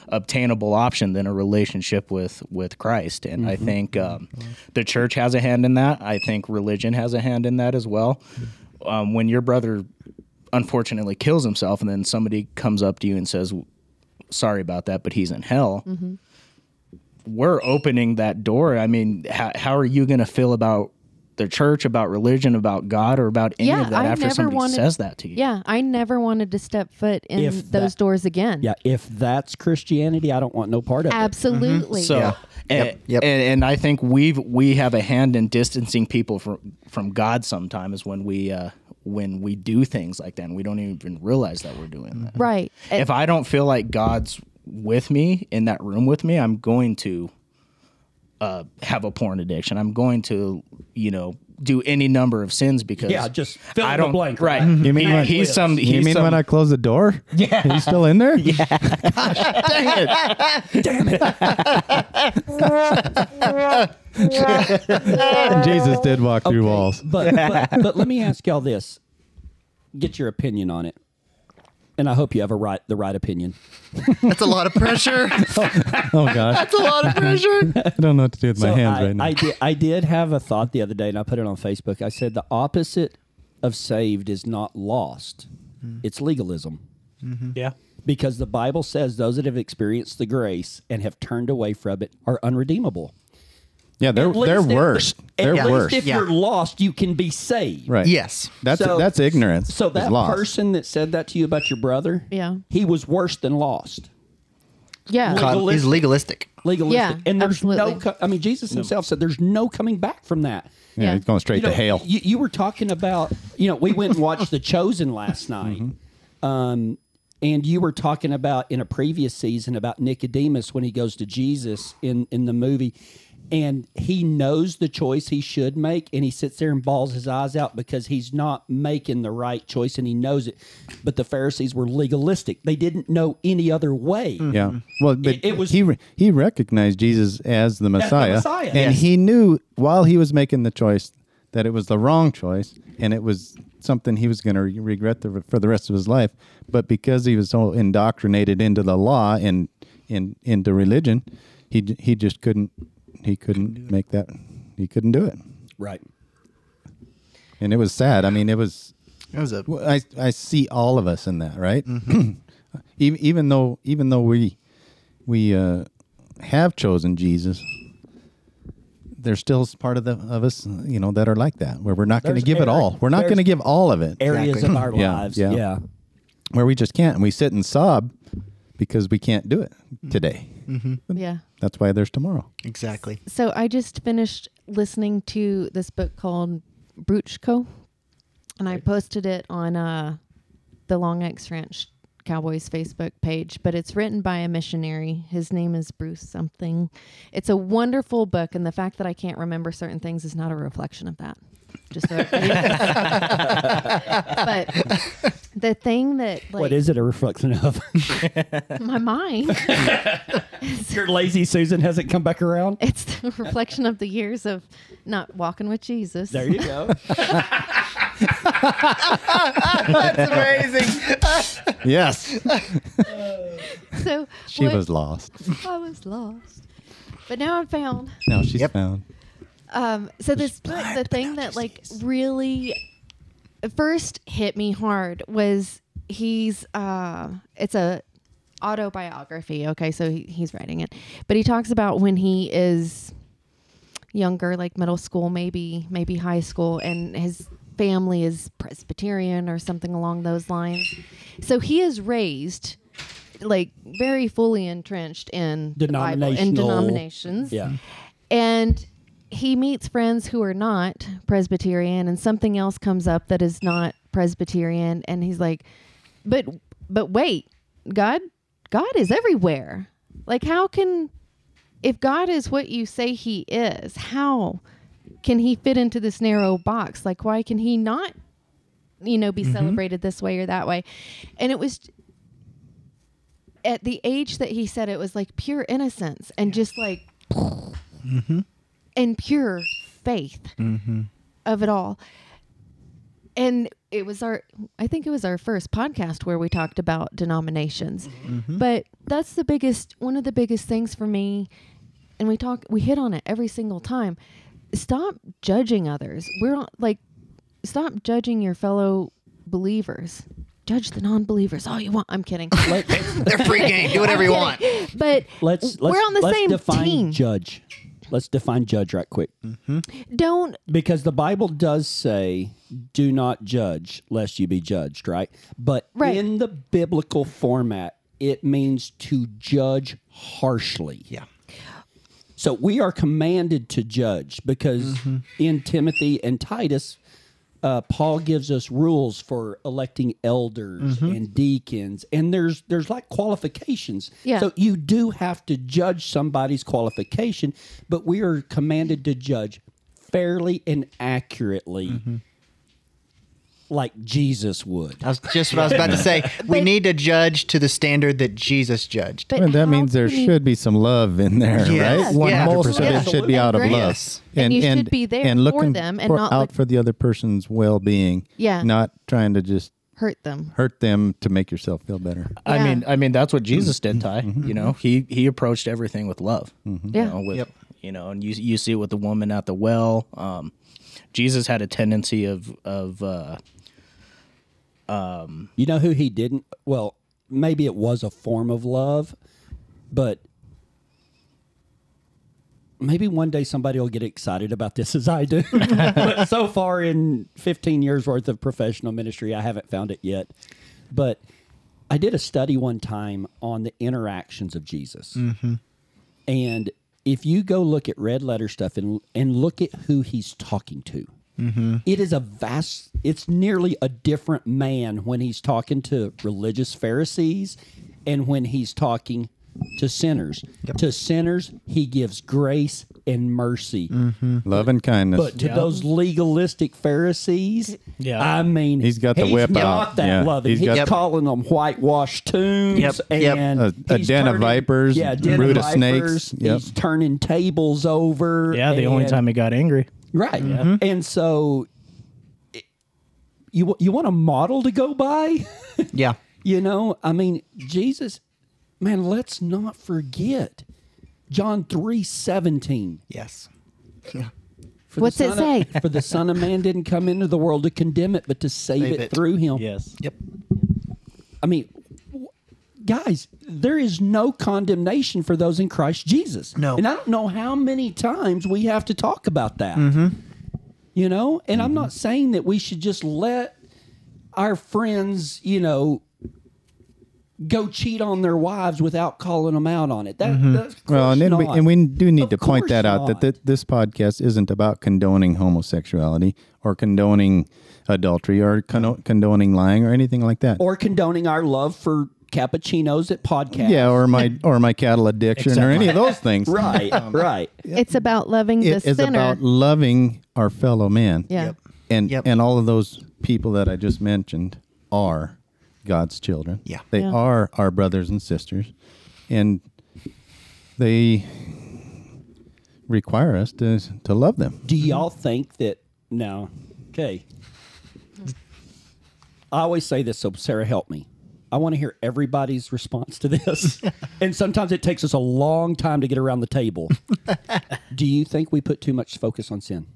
Speaker 5: obtainable option than a relationship with with Christ. And I think um, the church has a hand in that. I think religion has a hand in that as well. Um, when your brother unfortunately kills himself, and then somebody comes up to you and says, "Sorry about that, but he's in hell." we're opening that door. I mean, how, how are you going to feel about the church, about religion, about God, or about any
Speaker 1: Yeah,
Speaker 5: of that
Speaker 1: I
Speaker 5: after
Speaker 1: never
Speaker 5: somebody
Speaker 1: wanted-
Speaker 5: says that to you?
Speaker 1: yeah, I never wanted to step foot in
Speaker 2: If
Speaker 1: those
Speaker 2: that-
Speaker 1: doors again.
Speaker 2: Yeah, if that's Christianity, I don't want no part of it.
Speaker 1: Absolutely.
Speaker 5: Mm-hmm. So, And,
Speaker 4: yep.
Speaker 5: And, and I think we've we have a hand in distancing people from from God. Sometimes when we uh, when we do things like that, and we don't even realize that we're doing that.
Speaker 1: Right. And-
Speaker 5: If I don't feel like God's with me in that room with me, I'm going to uh, have a porn addiction. I'm going to, you know, do any number of sins because
Speaker 2: Yeah, just fill
Speaker 5: I
Speaker 2: in the
Speaker 5: don't
Speaker 2: blank,
Speaker 5: Right?
Speaker 2: right?
Speaker 4: Mm-hmm.
Speaker 5: You
Speaker 3: mean when-
Speaker 5: he's some? He's
Speaker 3: you mean
Speaker 5: some,
Speaker 3: when I close the door? Yeah. He's still in there? Yeah. Gosh, dang it. damn it. Jesus did walk through walls.
Speaker 2: but, but but let me ask y'all this: get your opinion on it, and I hope you have a right the right opinion.
Speaker 4: That's a lot of pressure. That's
Speaker 3: Oh, gosh.
Speaker 4: a lot of pressure.
Speaker 3: I don't know what to do with my hands
Speaker 2: I,
Speaker 3: right now.
Speaker 2: I did, I did have a thought the other day, and I put it on Facebook. I said the opposite of saved is not lost;
Speaker 1: Mm.
Speaker 2: it's legalism.
Speaker 5: yeah.
Speaker 2: because the Bible says those that have experienced the grace and have turned away from it are unredeemable.
Speaker 3: yeah, they're,
Speaker 2: At least
Speaker 3: they're
Speaker 2: if-
Speaker 3: worse.
Speaker 2: at
Speaker 3: They're
Speaker 2: least
Speaker 3: worse.
Speaker 2: If
Speaker 4: Yeah.
Speaker 2: you're lost, you can be saved.
Speaker 3: Right.
Speaker 4: Yes.
Speaker 3: That's
Speaker 2: So-
Speaker 3: that's ignorance.
Speaker 2: So
Speaker 3: is
Speaker 2: that
Speaker 3: loss.
Speaker 2: person that said that to you about your brother,
Speaker 1: Yeah.
Speaker 2: he was worse than lost.
Speaker 1: yeah.
Speaker 2: God.
Speaker 4: God is legalistic.
Speaker 2: Legalistic.
Speaker 1: Yeah,
Speaker 2: and there's no,
Speaker 1: absolutely.
Speaker 2: co- I mean, Jesus himself said there's no coming back from that.
Speaker 3: yeah,
Speaker 1: Yeah.
Speaker 3: he's going straight
Speaker 2: you know,
Speaker 3: to hell.
Speaker 2: You, you were talking about, you know, we went and watched The Chosen last night.
Speaker 3: Mm-hmm.
Speaker 2: Um, and you were talking about in a previous season about Nicodemus when he goes to Jesus in, in the movie. And he knows the choice he should make, and he sits there and balls his eyes out because he's not making the right choice, and he knows it. But the Pharisees were legalistic; they didn't know any other way.
Speaker 3: Yeah. Well, but
Speaker 2: Mm-hmm. It- it was-
Speaker 3: he re- he recognized Jesus as the Messiah,
Speaker 2: Messiah.
Speaker 3: and
Speaker 2: Yes.
Speaker 3: he knew while he was making the choice that it was the wrong choice, and it was something he was going to regret the, for the rest of his life. But because he was so indoctrinated into the law and in into religion, he j- he just couldn't he couldn't make that he couldn't do it,
Speaker 2: Right?
Speaker 3: and it was sad. I mean, it was
Speaker 4: It was a
Speaker 3: well, I I see all of us in that, right? even even though even though we we uh, have chosen Jesus, there's still s- part of the of us, you know, that are like that, where we're not going to
Speaker 2: There's
Speaker 3: give it
Speaker 2: area-
Speaker 3: all. We're not
Speaker 2: there's-
Speaker 3: going to give all of it,
Speaker 2: Areas
Speaker 4: Exactly.
Speaker 2: of our
Speaker 3: Yeah,
Speaker 2: lives,
Speaker 3: yeah.
Speaker 2: yeah.
Speaker 3: where we just can't, and we sit and sob because we can't do it today.
Speaker 1: Yeah.
Speaker 3: That's why there's tomorrow.
Speaker 4: Exactly.
Speaker 1: So I just finished listening to this book called Bruchko, and I posted it on uh, the Long X Ranch Cowboys Facebook page. But it's written by a missionary. His name is Bruce something. It's a wonderful book, and the fact that I can't remember certain things is not a reflection of that. Just so everybody knows. but the thing that like
Speaker 2: what is it a reflection of?
Speaker 1: my mind
Speaker 2: Your lazy Susan hasn't come back around.
Speaker 1: it's the reflection of the years of not walking with Jesus.
Speaker 2: There you go.
Speaker 4: That's amazing.
Speaker 3: Yes.
Speaker 1: so
Speaker 3: she
Speaker 1: what-
Speaker 3: was lost.
Speaker 1: I was lost. But now I'm found.
Speaker 3: Now she's
Speaker 4: Yep.
Speaker 3: found.
Speaker 1: Um, so this book, the thing that like really first hit me hard was he's uh, it's a autobiography. Okay, so he, he's writing it, but he talks about when he is younger, like middle school, maybe maybe high school, and his family is Presbyterian or something along those lines. So he is raised like very fully entrenched in the Bible and
Speaker 2: Denominational-
Speaker 1: denominations
Speaker 2: Yeah.
Speaker 1: and he meets friends who are not Presbyterian, and something else comes up that is not Presbyterian, and he's like, "But, but wait, God, God is everywhere. Like, how can, if God is what you say He is, how can He fit into this narrow box? Like, why can He not, you know, be celebrated this way or that way?" And it was at the age that he said it was like pure innocence and just like and pure faith of it all. And it was our, I think it was our first podcast where we talked about denominations. But that's the biggest, one of the biggest things for me. And we talk, we hit on it every single time. Stop judging others. We're on- like, stop judging your fellow believers. Judge the non believers all you want. I'm kidding.
Speaker 4: They're free game. Do whatever you want.
Speaker 1: But
Speaker 2: Let's, let's
Speaker 1: we're on the
Speaker 2: let's
Speaker 1: same
Speaker 2: define
Speaker 1: team.
Speaker 2: judge. Let's define judge right quick.
Speaker 1: Don't
Speaker 2: Because the Bible does say, do not judge lest you be judged, right? But
Speaker 1: Right.
Speaker 2: in the biblical format, it means to judge harshly.
Speaker 4: Yeah.
Speaker 2: So we are commanded to judge because in Timothy and Titus, uh, Paul gives us rules for electing elders and deacons, and there's there's like qualifications.
Speaker 1: Yeah.
Speaker 2: So you do have to judge somebody's qualification, but we are commanded to judge fairly and accurately, like Jesus would.
Speaker 4: That was just what I was about to say. We need to judge to the standard that Jesus judged.
Speaker 1: But
Speaker 3: And
Speaker 1: how
Speaker 3: that means there
Speaker 1: can you-
Speaker 3: should be some love in there,
Speaker 4: Yes,
Speaker 3: right?
Speaker 4: yeah.
Speaker 3: One most of
Speaker 1: Absolutely.
Speaker 3: it should be out of
Speaker 1: And
Speaker 3: love,
Speaker 4: grace.
Speaker 1: And you should be there for
Speaker 3: looking
Speaker 1: them and
Speaker 3: for-
Speaker 1: not
Speaker 3: out
Speaker 1: look-
Speaker 3: for the other person's well-being.
Speaker 1: Yeah.
Speaker 3: not trying to just
Speaker 1: hurt them.
Speaker 3: hurt them to make yourself feel better.
Speaker 1: Yeah.
Speaker 5: I mean, I mean that's what Jesus did, Ty. You know, he he approached everything with love.
Speaker 1: Yeah.
Speaker 5: You know, with,
Speaker 4: Yep.
Speaker 5: You know, and you you see it with the woman at the well. Um, Jesus had a tendency of of uh,
Speaker 2: You know who he didn't? Well, maybe it was a form of love, but maybe one day somebody will get excited about this as I do. but so far in 15 years worth of professional ministry, I haven't found it yet. But I did a study one time on the interactions of Jesus. And if you go look at red letter stuff and and look at who he's talking to, it is a vast. It's nearly a different man when he's talking to religious Pharisees, and when he's talking to sinners. To sinners, he gives grace and mercy.
Speaker 3: Love and kindness.
Speaker 2: Mm-hmm. But to those legalistic Pharisees,
Speaker 5: Yeah.
Speaker 2: I mean,
Speaker 3: He's got the
Speaker 2: he's
Speaker 3: whip
Speaker 2: not
Speaker 3: out.
Speaker 2: that
Speaker 3: Yeah.
Speaker 2: loving. He's,
Speaker 3: He's got the-
Speaker 2: calling them whitewashed tombs
Speaker 4: Yep. Yep.
Speaker 2: and
Speaker 3: A- a
Speaker 2: he's
Speaker 3: den of vipers,
Speaker 2: Yeah, a den
Speaker 3: brood
Speaker 2: of
Speaker 3: of snakes.
Speaker 2: vipers.
Speaker 3: Yep.
Speaker 2: He's turning tables over.
Speaker 5: yeah. The only
Speaker 2: and-
Speaker 5: time Mm-hmm. he got angry.
Speaker 2: right? And so, it- you you want a model to go by?
Speaker 4: Yeah.
Speaker 2: You know, I mean, Jesus, man, let's not forget John three seventeen.
Speaker 4: Yes.
Speaker 2: For the
Speaker 1: What's it
Speaker 2: Son of-
Speaker 1: say?
Speaker 2: For the Son of Man didn't come into the world to condemn it, but to save,
Speaker 4: Save
Speaker 2: it,
Speaker 4: it.
Speaker 2: through him.
Speaker 5: Yes.
Speaker 4: Yep.
Speaker 2: I mean, w- guys, there is no condemnation for those in Christ Jesus.
Speaker 4: No.
Speaker 2: And I don't know how many times we have to talk about that. You know, and I'm not saying that we should just let our friends, you know, go cheat on their wives without calling them out on it. That, that's of
Speaker 3: Well,
Speaker 2: course
Speaker 3: and then we,
Speaker 2: not.
Speaker 3: and we do need
Speaker 2: Of
Speaker 3: to point
Speaker 2: course
Speaker 3: that out that
Speaker 2: not.
Speaker 3: th- this podcast isn't about condoning homosexuality or condoning adultery or cono- condoning lying or anything like that.
Speaker 2: or condoning our love for cappuccinos at podcasts.
Speaker 3: yeah, or my or my cattle addiction or any of those things.
Speaker 2: right, right.
Speaker 1: It's about loving
Speaker 3: It
Speaker 1: the
Speaker 3: is
Speaker 1: sinner.
Speaker 3: about loving our fellow man.
Speaker 1: yeah. Yep.
Speaker 3: And
Speaker 4: Yep.
Speaker 3: and all of those people that I just mentioned are God's children.
Speaker 4: Yeah.
Speaker 3: They
Speaker 1: Yeah.
Speaker 3: are our brothers and sisters. And they require us to to love them.
Speaker 2: Do y'all think that no? Okay. I always say this, so Sarah, help me. I want to hear everybody's response to this, and sometimes it takes us a long time to get around the table. Do you think we put too much focus on sin?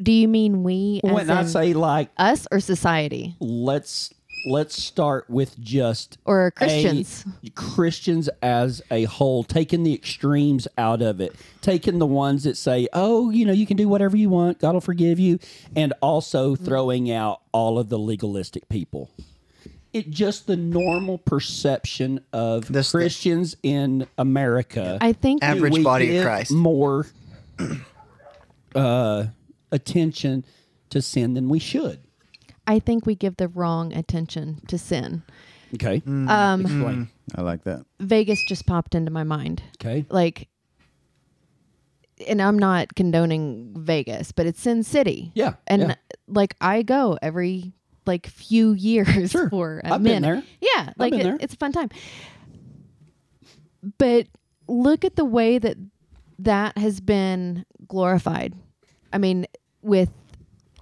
Speaker 1: Do you mean we as
Speaker 2: When I
Speaker 1: in
Speaker 2: say like,
Speaker 1: us or society?
Speaker 2: let's let's start with just
Speaker 1: Or
Speaker 2: a-
Speaker 1: Christians.
Speaker 2: Christians as a whole, taking the extremes out of it, taking the ones that say, "Oh, you know, you can do whatever you want, God will forgive you," and also throwing out all of the legalistic people. It just the normal perception of
Speaker 4: This-
Speaker 2: Christians in America.
Speaker 1: I think
Speaker 4: Average-
Speaker 2: We
Speaker 4: body of
Speaker 2: give
Speaker 4: Christ.
Speaker 2: more uh, attention to sin than we should.
Speaker 1: I think we give the wrong attention to sin.
Speaker 2: Okay.
Speaker 1: Mm.
Speaker 2: Um, Explain.
Speaker 3: I like that.
Speaker 1: Vegas just popped into my mind.
Speaker 2: Okay.
Speaker 1: Like and I'm not condoning Vegas, but it's Sin City.
Speaker 2: Yeah,
Speaker 1: And
Speaker 2: yeah.
Speaker 1: like I go every like few years
Speaker 2: Sure.
Speaker 1: for a
Speaker 2: I've been
Speaker 1: minute. Yeah, like
Speaker 2: been
Speaker 1: it-
Speaker 2: there.
Speaker 1: it's a fun time. But look at the way that that has been glorified. I mean, with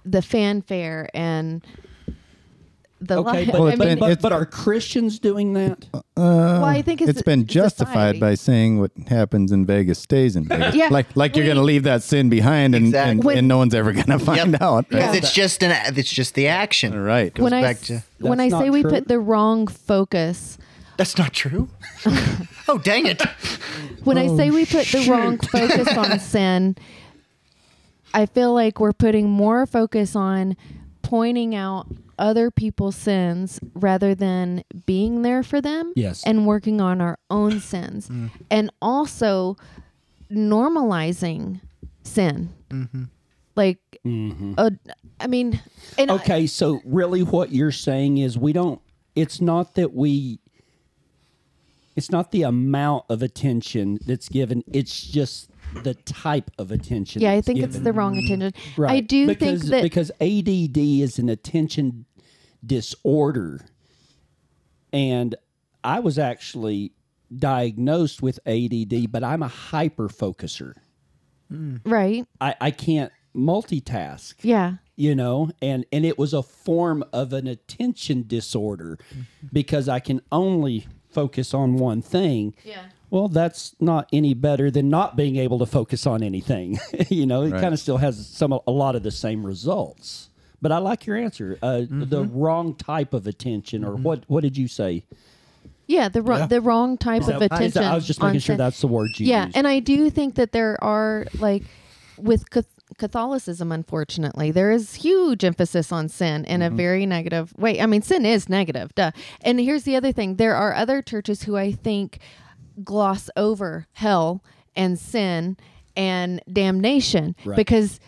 Speaker 1: the fanfare and the li-
Speaker 2: Okay, but,
Speaker 3: Well,
Speaker 1: I
Speaker 3: it's
Speaker 2: but,
Speaker 1: mean,
Speaker 3: been-
Speaker 2: but,
Speaker 3: it's-
Speaker 2: but are Christians doing that?
Speaker 1: Uh, well, I think it's,
Speaker 3: Uh, it's been justified
Speaker 1: society.
Speaker 3: by saying what happens in Vegas stays in Vegas.
Speaker 1: Yeah.
Speaker 3: Like like you're
Speaker 1: We-
Speaker 3: gonna leave that sin behind and, and,
Speaker 4: Exactly.
Speaker 3: and no one's ever gonna find out. Right.
Speaker 4: Because it's just an a- it's just the action.
Speaker 3: Right.
Speaker 1: when I
Speaker 4: back
Speaker 1: s-
Speaker 4: to-
Speaker 1: when
Speaker 2: That's
Speaker 1: I
Speaker 2: not
Speaker 1: say we
Speaker 2: true.
Speaker 1: put the wrong focus
Speaker 4: That's not true. oh dang it!
Speaker 1: when I
Speaker 2: Oh,
Speaker 1: say we put the wrong focus on sin, I feel like we're putting more focus on pointing out other people's sins rather than being there for them
Speaker 2: Yes. Mm.
Speaker 1: and working on our own sins and also normalizing sin.
Speaker 2: Mm-hmm.
Speaker 1: Like, uh, I mean, and I-
Speaker 2: Uh, Okay, so really what you're saying is we don't it's not that we it's not the amount of attention that's given, it's just the type of attention.
Speaker 1: yeah, I
Speaker 2: that's
Speaker 1: think it's
Speaker 2: given.
Speaker 1: the wrong attention.
Speaker 2: Right.
Speaker 1: I do
Speaker 2: because,
Speaker 1: think that
Speaker 2: because ADD is an attention disorder, and I was actually diagnosed with ADD, but I'm a hyper focuser.
Speaker 1: right?
Speaker 2: I, I can't multitask
Speaker 1: Yeah.
Speaker 2: you know and and it was a form of an attention disorder because i can only focus on one thing
Speaker 1: Yeah.
Speaker 2: well that's not any better than not being able to focus on anything you know it kind of still has some a lot of the same results but i like your answer uh, the wrong type of attention or what what did you say
Speaker 1: Yeah, the wrong the wrong type of
Speaker 2: Is that-
Speaker 1: attention.
Speaker 2: i was just
Speaker 1: on
Speaker 2: making sure
Speaker 1: sin.
Speaker 2: that's the word you
Speaker 1: yeah,
Speaker 2: used.
Speaker 1: and I do think that there are like with Cath- Catholicism, unfortunately, there is huge emphasis on sin in
Speaker 2: Mm-hmm.
Speaker 1: a very negative way. I mean, sin is negative, duh. And here's the other thing: there are other churches who I think gloss over hell and sin and damnation because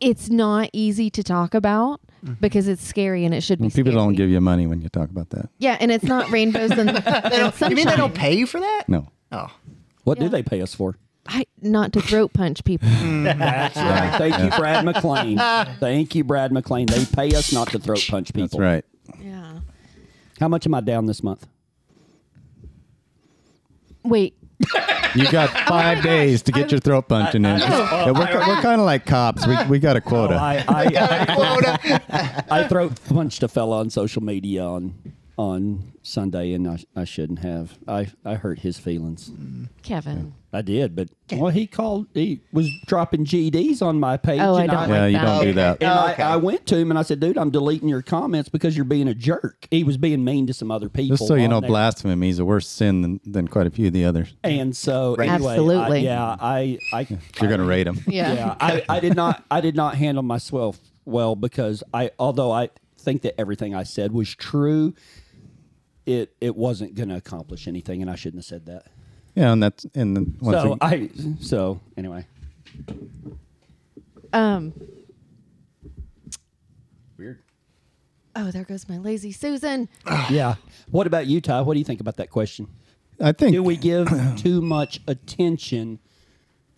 Speaker 1: it's not easy to talk about
Speaker 2: Mm-hmm.
Speaker 1: because it's scary and it should be.
Speaker 3: People don't
Speaker 1: scary.
Speaker 3: give you money when you talk about that.
Speaker 1: Yeah, and it's not rainbows and, and
Speaker 4: You mean they
Speaker 1: sunshine.
Speaker 4: don't pay you for that?
Speaker 3: No.
Speaker 4: Oh,
Speaker 2: what
Speaker 1: yeah.
Speaker 2: do they pay us for
Speaker 1: I, not to throat punch people.
Speaker 2: That's
Speaker 4: Uh,
Speaker 2: right. Thank you, Brad McLean. Thank you, Brad McLean. They pay us not to throat punch people.
Speaker 3: That's right.
Speaker 1: yeah.
Speaker 2: How much am I down this month?
Speaker 1: Wait.
Speaker 3: You got five days to get your throat punching in. Yeah, we're we're kind of like cops. We, we got a quota.
Speaker 2: I, I, I, throat punched a fella on social media on on Sunday, and I, I shouldn't have. I, I hurt his feelings.
Speaker 1: Kevin.
Speaker 2: I did, but well, he called. He was dropping GDs on my page.
Speaker 1: Oh, I
Speaker 2: and
Speaker 1: don't
Speaker 3: yeah,
Speaker 1: like
Speaker 3: you
Speaker 1: that.
Speaker 3: don't do that.
Speaker 2: And
Speaker 4: Okay.
Speaker 2: I, I went to him and I said, "Dude, I'm deleting your comments because you're being a jerk." He was being mean to some other people.
Speaker 3: Just so you
Speaker 2: on
Speaker 3: know,
Speaker 2: there.
Speaker 3: blasphemy is a worse sin than, than quite a few of the others.
Speaker 2: And so, anyway, I-
Speaker 1: Absolutely.
Speaker 2: yeah, I, I,
Speaker 3: You're gonna rate them.
Speaker 1: Yeah.
Speaker 2: yeah I, I did not i did not handle myself well because i although i think that everything i said was true it it wasn't going to accomplish anything, and I shouldn't have said that.
Speaker 3: Yeah, and that's and then once
Speaker 2: so uh,
Speaker 3: ag-
Speaker 2: I so anyway.
Speaker 1: Um,
Speaker 2: Weird.
Speaker 1: oh, there goes my lazy Susan.
Speaker 2: yeah. What about you, Ty? What do you think about that question?
Speaker 3: I think
Speaker 2: Do we give too much attention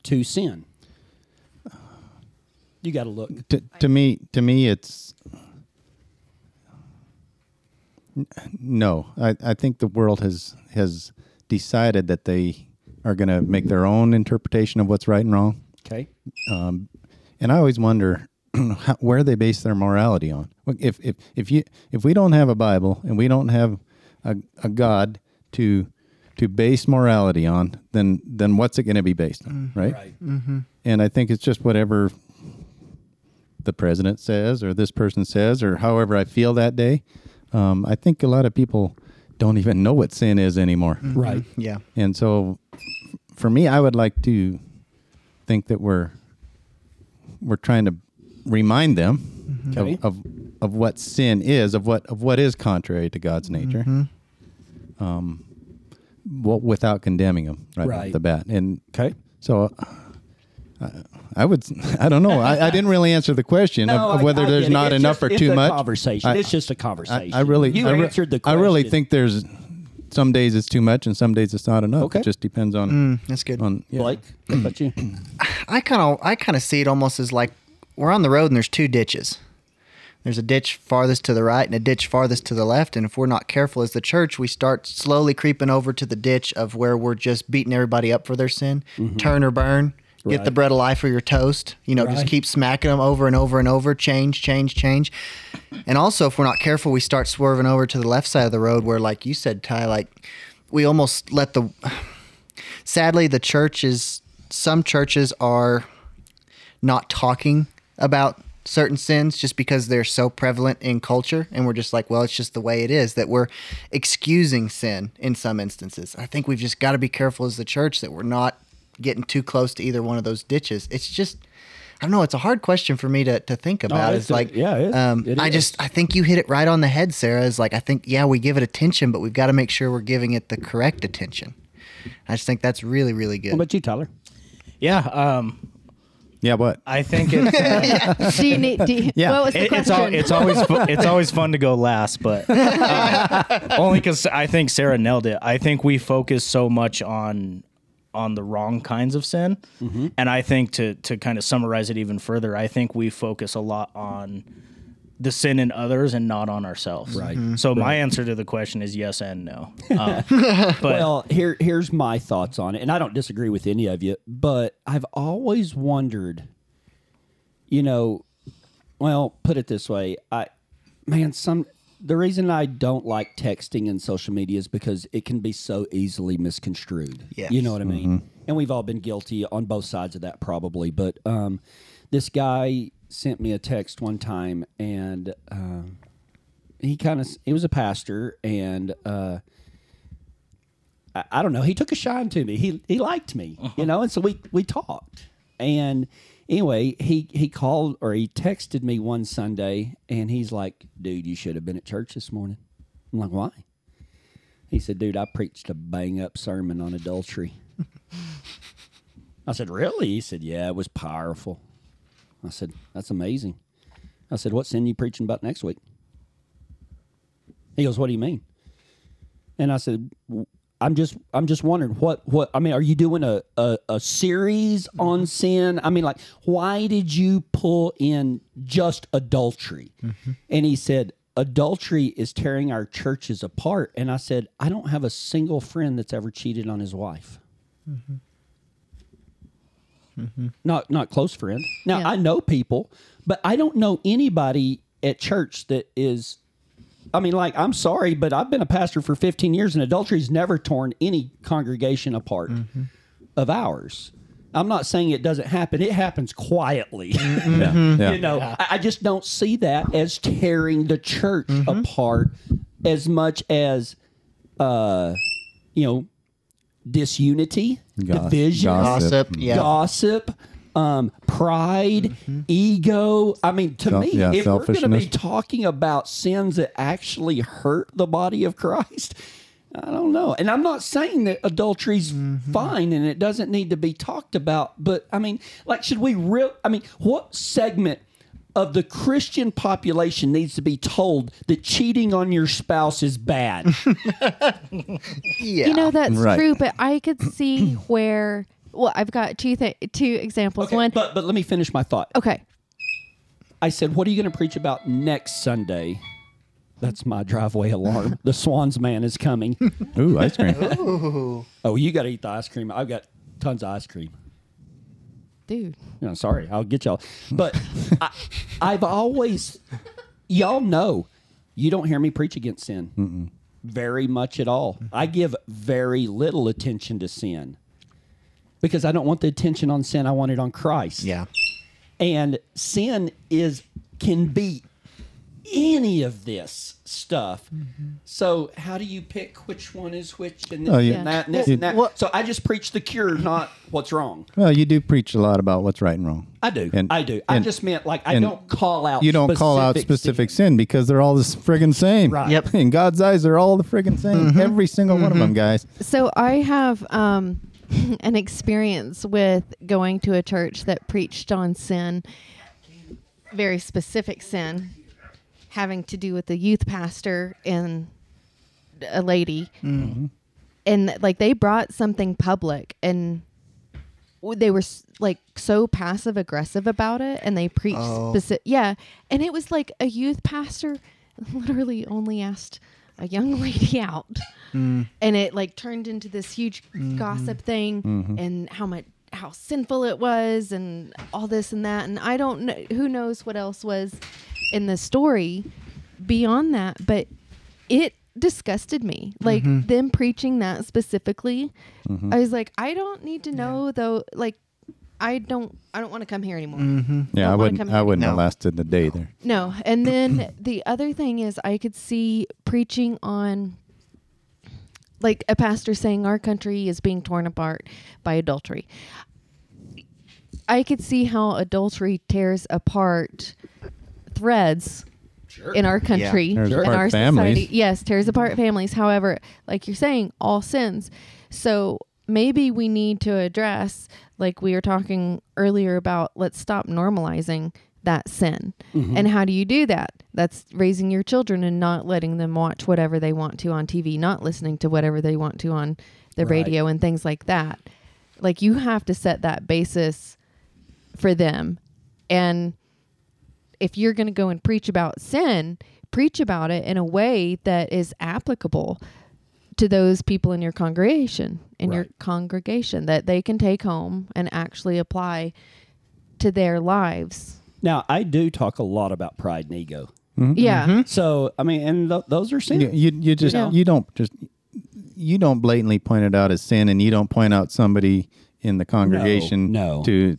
Speaker 2: to sin? You got to look.
Speaker 3: to, to me to me it's N- no I, I think the world has has decided that they are going to make their own interpretation of what's right and wrong
Speaker 2: Okay.
Speaker 3: and i always wonder how, where they base their morality on Look, if if if you if we don't have a bible and we don't have a, a god to to base morality on then then what's it going to be based on right
Speaker 2: Right.
Speaker 3: and I think it's just whatever the president says or this person says or however I feel that day. Um, I think a lot of people don't even know what sin is anymore.
Speaker 2: Right.
Speaker 4: Yeah.
Speaker 3: And so for me, I would like to think that we're we're trying to remind them
Speaker 2: Mm-hmm. Okay.
Speaker 3: of, of of what sin is, of what of what is contrary to God's nature.
Speaker 2: Mm-hmm.
Speaker 3: Um, well, without condemning them right, right off
Speaker 2: Right.
Speaker 3: the bat, and
Speaker 2: Okay.
Speaker 3: so uh, I, I would, I don't know. I, I didn't really answer the question
Speaker 2: No,
Speaker 3: of,
Speaker 2: I-
Speaker 3: of whether
Speaker 2: I
Speaker 3: there's
Speaker 2: get it.
Speaker 3: not
Speaker 2: It's
Speaker 3: enough
Speaker 2: just-
Speaker 3: or
Speaker 2: it's
Speaker 3: too
Speaker 2: a
Speaker 3: much.
Speaker 2: Conversation.
Speaker 3: I-
Speaker 2: it's just a
Speaker 3: I,
Speaker 2: conversation.
Speaker 3: I really,
Speaker 2: you
Speaker 3: I re-
Speaker 2: answered the
Speaker 3: I
Speaker 2: question.
Speaker 3: really think there's some days it's too much and some days it's not enough.
Speaker 2: Okay. Mm.
Speaker 3: It just depends on,
Speaker 4: That's good.
Speaker 3: on yeah.
Speaker 2: Blake. What about you?
Speaker 4: I kind of I kind of see it almost as like we're on the road and there's two ditches. There's a ditch farthest to the right and a ditch farthest to the left, and if we're not careful as the church, we start slowly creeping over to the ditch of where we're just beating everybody up for their sin. Turn or burn. Get the
Speaker 2: Mm-hmm. Right.
Speaker 4: bread of life or your toast. You know, just
Speaker 2: Right.
Speaker 4: keep smacking them over and over and over. Change, change, change. And also, if we're not careful, we start swerving over to the left side of the road where, like you said, Ty, like we almost let the sadly the church is some churches are not talking about certain sins just because they're so prevalent in culture and we're just like well it's just the way it is that we're excusing sin in some instances i think we've just got to be careful as the church that we're not getting too close to either one of those ditches it's just I don't know. It's a hard question for me to, to think about.
Speaker 2: it's
Speaker 4: it's,
Speaker 2: a-
Speaker 4: like,
Speaker 2: yeah, it-
Speaker 4: um,
Speaker 2: it
Speaker 4: I
Speaker 2: is.
Speaker 4: just I think you hit it right on the head, Sarah. Is like I think yeah, we give it attention, but we've got to make sure we're giving it the correct attention. I just think that's really really
Speaker 2: What
Speaker 4: good.
Speaker 2: about you, Tyler?
Speaker 5: Yeah, um,
Speaker 3: yeah, what?
Speaker 5: I think it's uh,
Speaker 1: Do you need? Do you,
Speaker 3: Yeah.
Speaker 1: What was the
Speaker 5: it,
Speaker 1: question?
Speaker 5: it's, al- it's always fu- it's always fun to go last, but uh, only because I think Sarah nailed it. I think we focus so much on on the wrong kinds of sin,
Speaker 2: Mm-hmm.
Speaker 5: and I think to to kind of summarize it even further, I think we focus a lot on the sin in others and not on ourselves.
Speaker 2: Right. Mhm.
Speaker 5: So my answer to the question is yes and no. Uh, but
Speaker 2: Well, here here's my thoughts on it, and I don't disagree with any of you, but I've always wondered, you know, well, put it this way, I man, some the reason I don't like texting and social media is because it can be so easily misconstrued.
Speaker 4: Yes.
Speaker 2: You know what I mean? And we've all been guilty on both sides of that probably, but um this guy sent me a text one time and um he kind of he was a pastor and uh I, I don't know he took a shine to me he he liked me you know and so we we talked and anyway he he called or he texted me one sunday and he's like dude you should have been at church this morning i'm like why he said dude i preached a bang up sermon on adultery i said really he said yeah it was powerful i said that's amazing i said what sin you preaching about next week he goes, "What do you mean?" And I said, "W- "I'm just, I'm just wondering what, what. I mean, are you doing a, a, a series on sin? I mean, like, why did you pull in just adultery?" And he said, "Adultery is tearing our churches apart." And I said, "I don't have a single friend that's ever cheated on his wife." Not not close friend. Now
Speaker 1: Yeah.
Speaker 2: I know people, but I don't know anybody at church that is I mean, like, I'm sorry, but I've been a pastor for 15 years, and adultery's never torn any congregation apart of ours. I'm not saying it doesn't happen; it happens quietly.
Speaker 3: Mm-hmm. Yeah, yeah.
Speaker 2: you know, I, I just don't see that as tearing the church
Speaker 3: Mm-hmm.
Speaker 2: apart as much as, uh, you know, disunity,
Speaker 3: Goss-
Speaker 2: division,
Speaker 4: gossip,
Speaker 3: Gossip.
Speaker 4: yeah,
Speaker 2: gossip um, pride, ego. I mean, to
Speaker 3: Self-
Speaker 2: me,
Speaker 3: yeah,
Speaker 2: if we're going to
Speaker 3: selfishness.
Speaker 2: be talking about sins that actually hurt the body of Christ, I don't know. And I'm not saying that adultery's fine and it doesn't need to be talked about, but I mean, like, should we real? I mean, what segment? Of the Christian population needs to be told that cheating on your spouse is bad.
Speaker 4: Yeah.
Speaker 1: You know that's
Speaker 3: Right.
Speaker 1: true, but I could see where. Well, I've got two th- two examples.
Speaker 2: Okay,
Speaker 1: One,
Speaker 2: but but let me finish my thought.
Speaker 1: okay,
Speaker 2: I said, "What are you going to preach about next Sunday?" That's my driveway alarm. the Swans man is coming.
Speaker 3: Ooh, ice cream.
Speaker 2: oh, you got to eat the ice cream. I've got tons of ice cream.
Speaker 1: dude,
Speaker 2: No, sorry, I'll get y'all. But I, I've always, y'all know, you don't hear me preach against sin very much at all. I give very little attention to sin because I don't want the attention on sin. I want it on Christ.
Speaker 4: yeah.
Speaker 2: and sin is can be any of this stuff. So how do you pick which one is which and this
Speaker 3: Oh, yeah.
Speaker 2: and that and this and that?
Speaker 4: Well-
Speaker 2: so I just preach the cure, not what's wrong.
Speaker 3: well, you do preach a lot about what's right and wrong.
Speaker 2: I do.
Speaker 3: And-
Speaker 2: I do. I
Speaker 3: and-
Speaker 2: just meant like I
Speaker 3: and
Speaker 2: don't call out.
Speaker 3: You don't call out specific sin because they're all the friggin' same.
Speaker 2: Right. Mm-hmm.
Speaker 4: Yep.
Speaker 3: In God's eyes, they're all the friggin' same. Every single one of them, guys.
Speaker 1: So I have um, an experience with going to a church that preached on sin, very specific sin, having to do with the youth pastor and a lady, and like they brought something public and w- they were s- like so passive aggressive about it and they preached specific yeah and it was like a youth pastor literally only asked a young lady out and it like turned into this huge gossip thing and how much how sinful it was and all this and that and i don't know who knows what else was in the story beyond that but it disgusted me like them preaching that specifically i was like i don't need to know though like i don't i don't want to come here anymore
Speaker 3: Yeah, I
Speaker 1: Don't wanna
Speaker 3: wouldn't.
Speaker 1: come
Speaker 3: I
Speaker 1: here.
Speaker 3: wouldn't
Speaker 4: No.
Speaker 3: have lasted the day there.
Speaker 1: no. And then the other thing is, I could see preaching on, like a pastor saying, our country is being torn apart by adultery. I could see how adultery tears apart threads in our country
Speaker 3: Tears
Speaker 1: in
Speaker 3: apart
Speaker 1: our
Speaker 3: families.
Speaker 1: society. Yes, tears apart families. However, like you're saying, all sins. So maybe we need to address, like we were talking earlier about, let's stop normalizing that sin. And how do you do that? That's raising your children and not letting them watch whatever they want to on TV, not listening to whatever they want to on the
Speaker 2: Right.
Speaker 1: radio and things like that. Like you have to set that basis for them. And if you're going to go and preach about sin, preach about it in a way that is applicable to those people in your congregation, in your
Speaker 2: Right.
Speaker 1: congregation that they can take home and actually apply to their lives.
Speaker 2: Now I do talk a lot about pride and ego.
Speaker 1: Yeah.
Speaker 2: Mm-hmm. So I mean, and th- those are Mm-hmm. sins.
Speaker 3: You, you, you just
Speaker 1: Yeah.
Speaker 3: you don't just you don't blatantly point it out as sin, and you don't point out somebody in the congregation
Speaker 2: no.
Speaker 3: to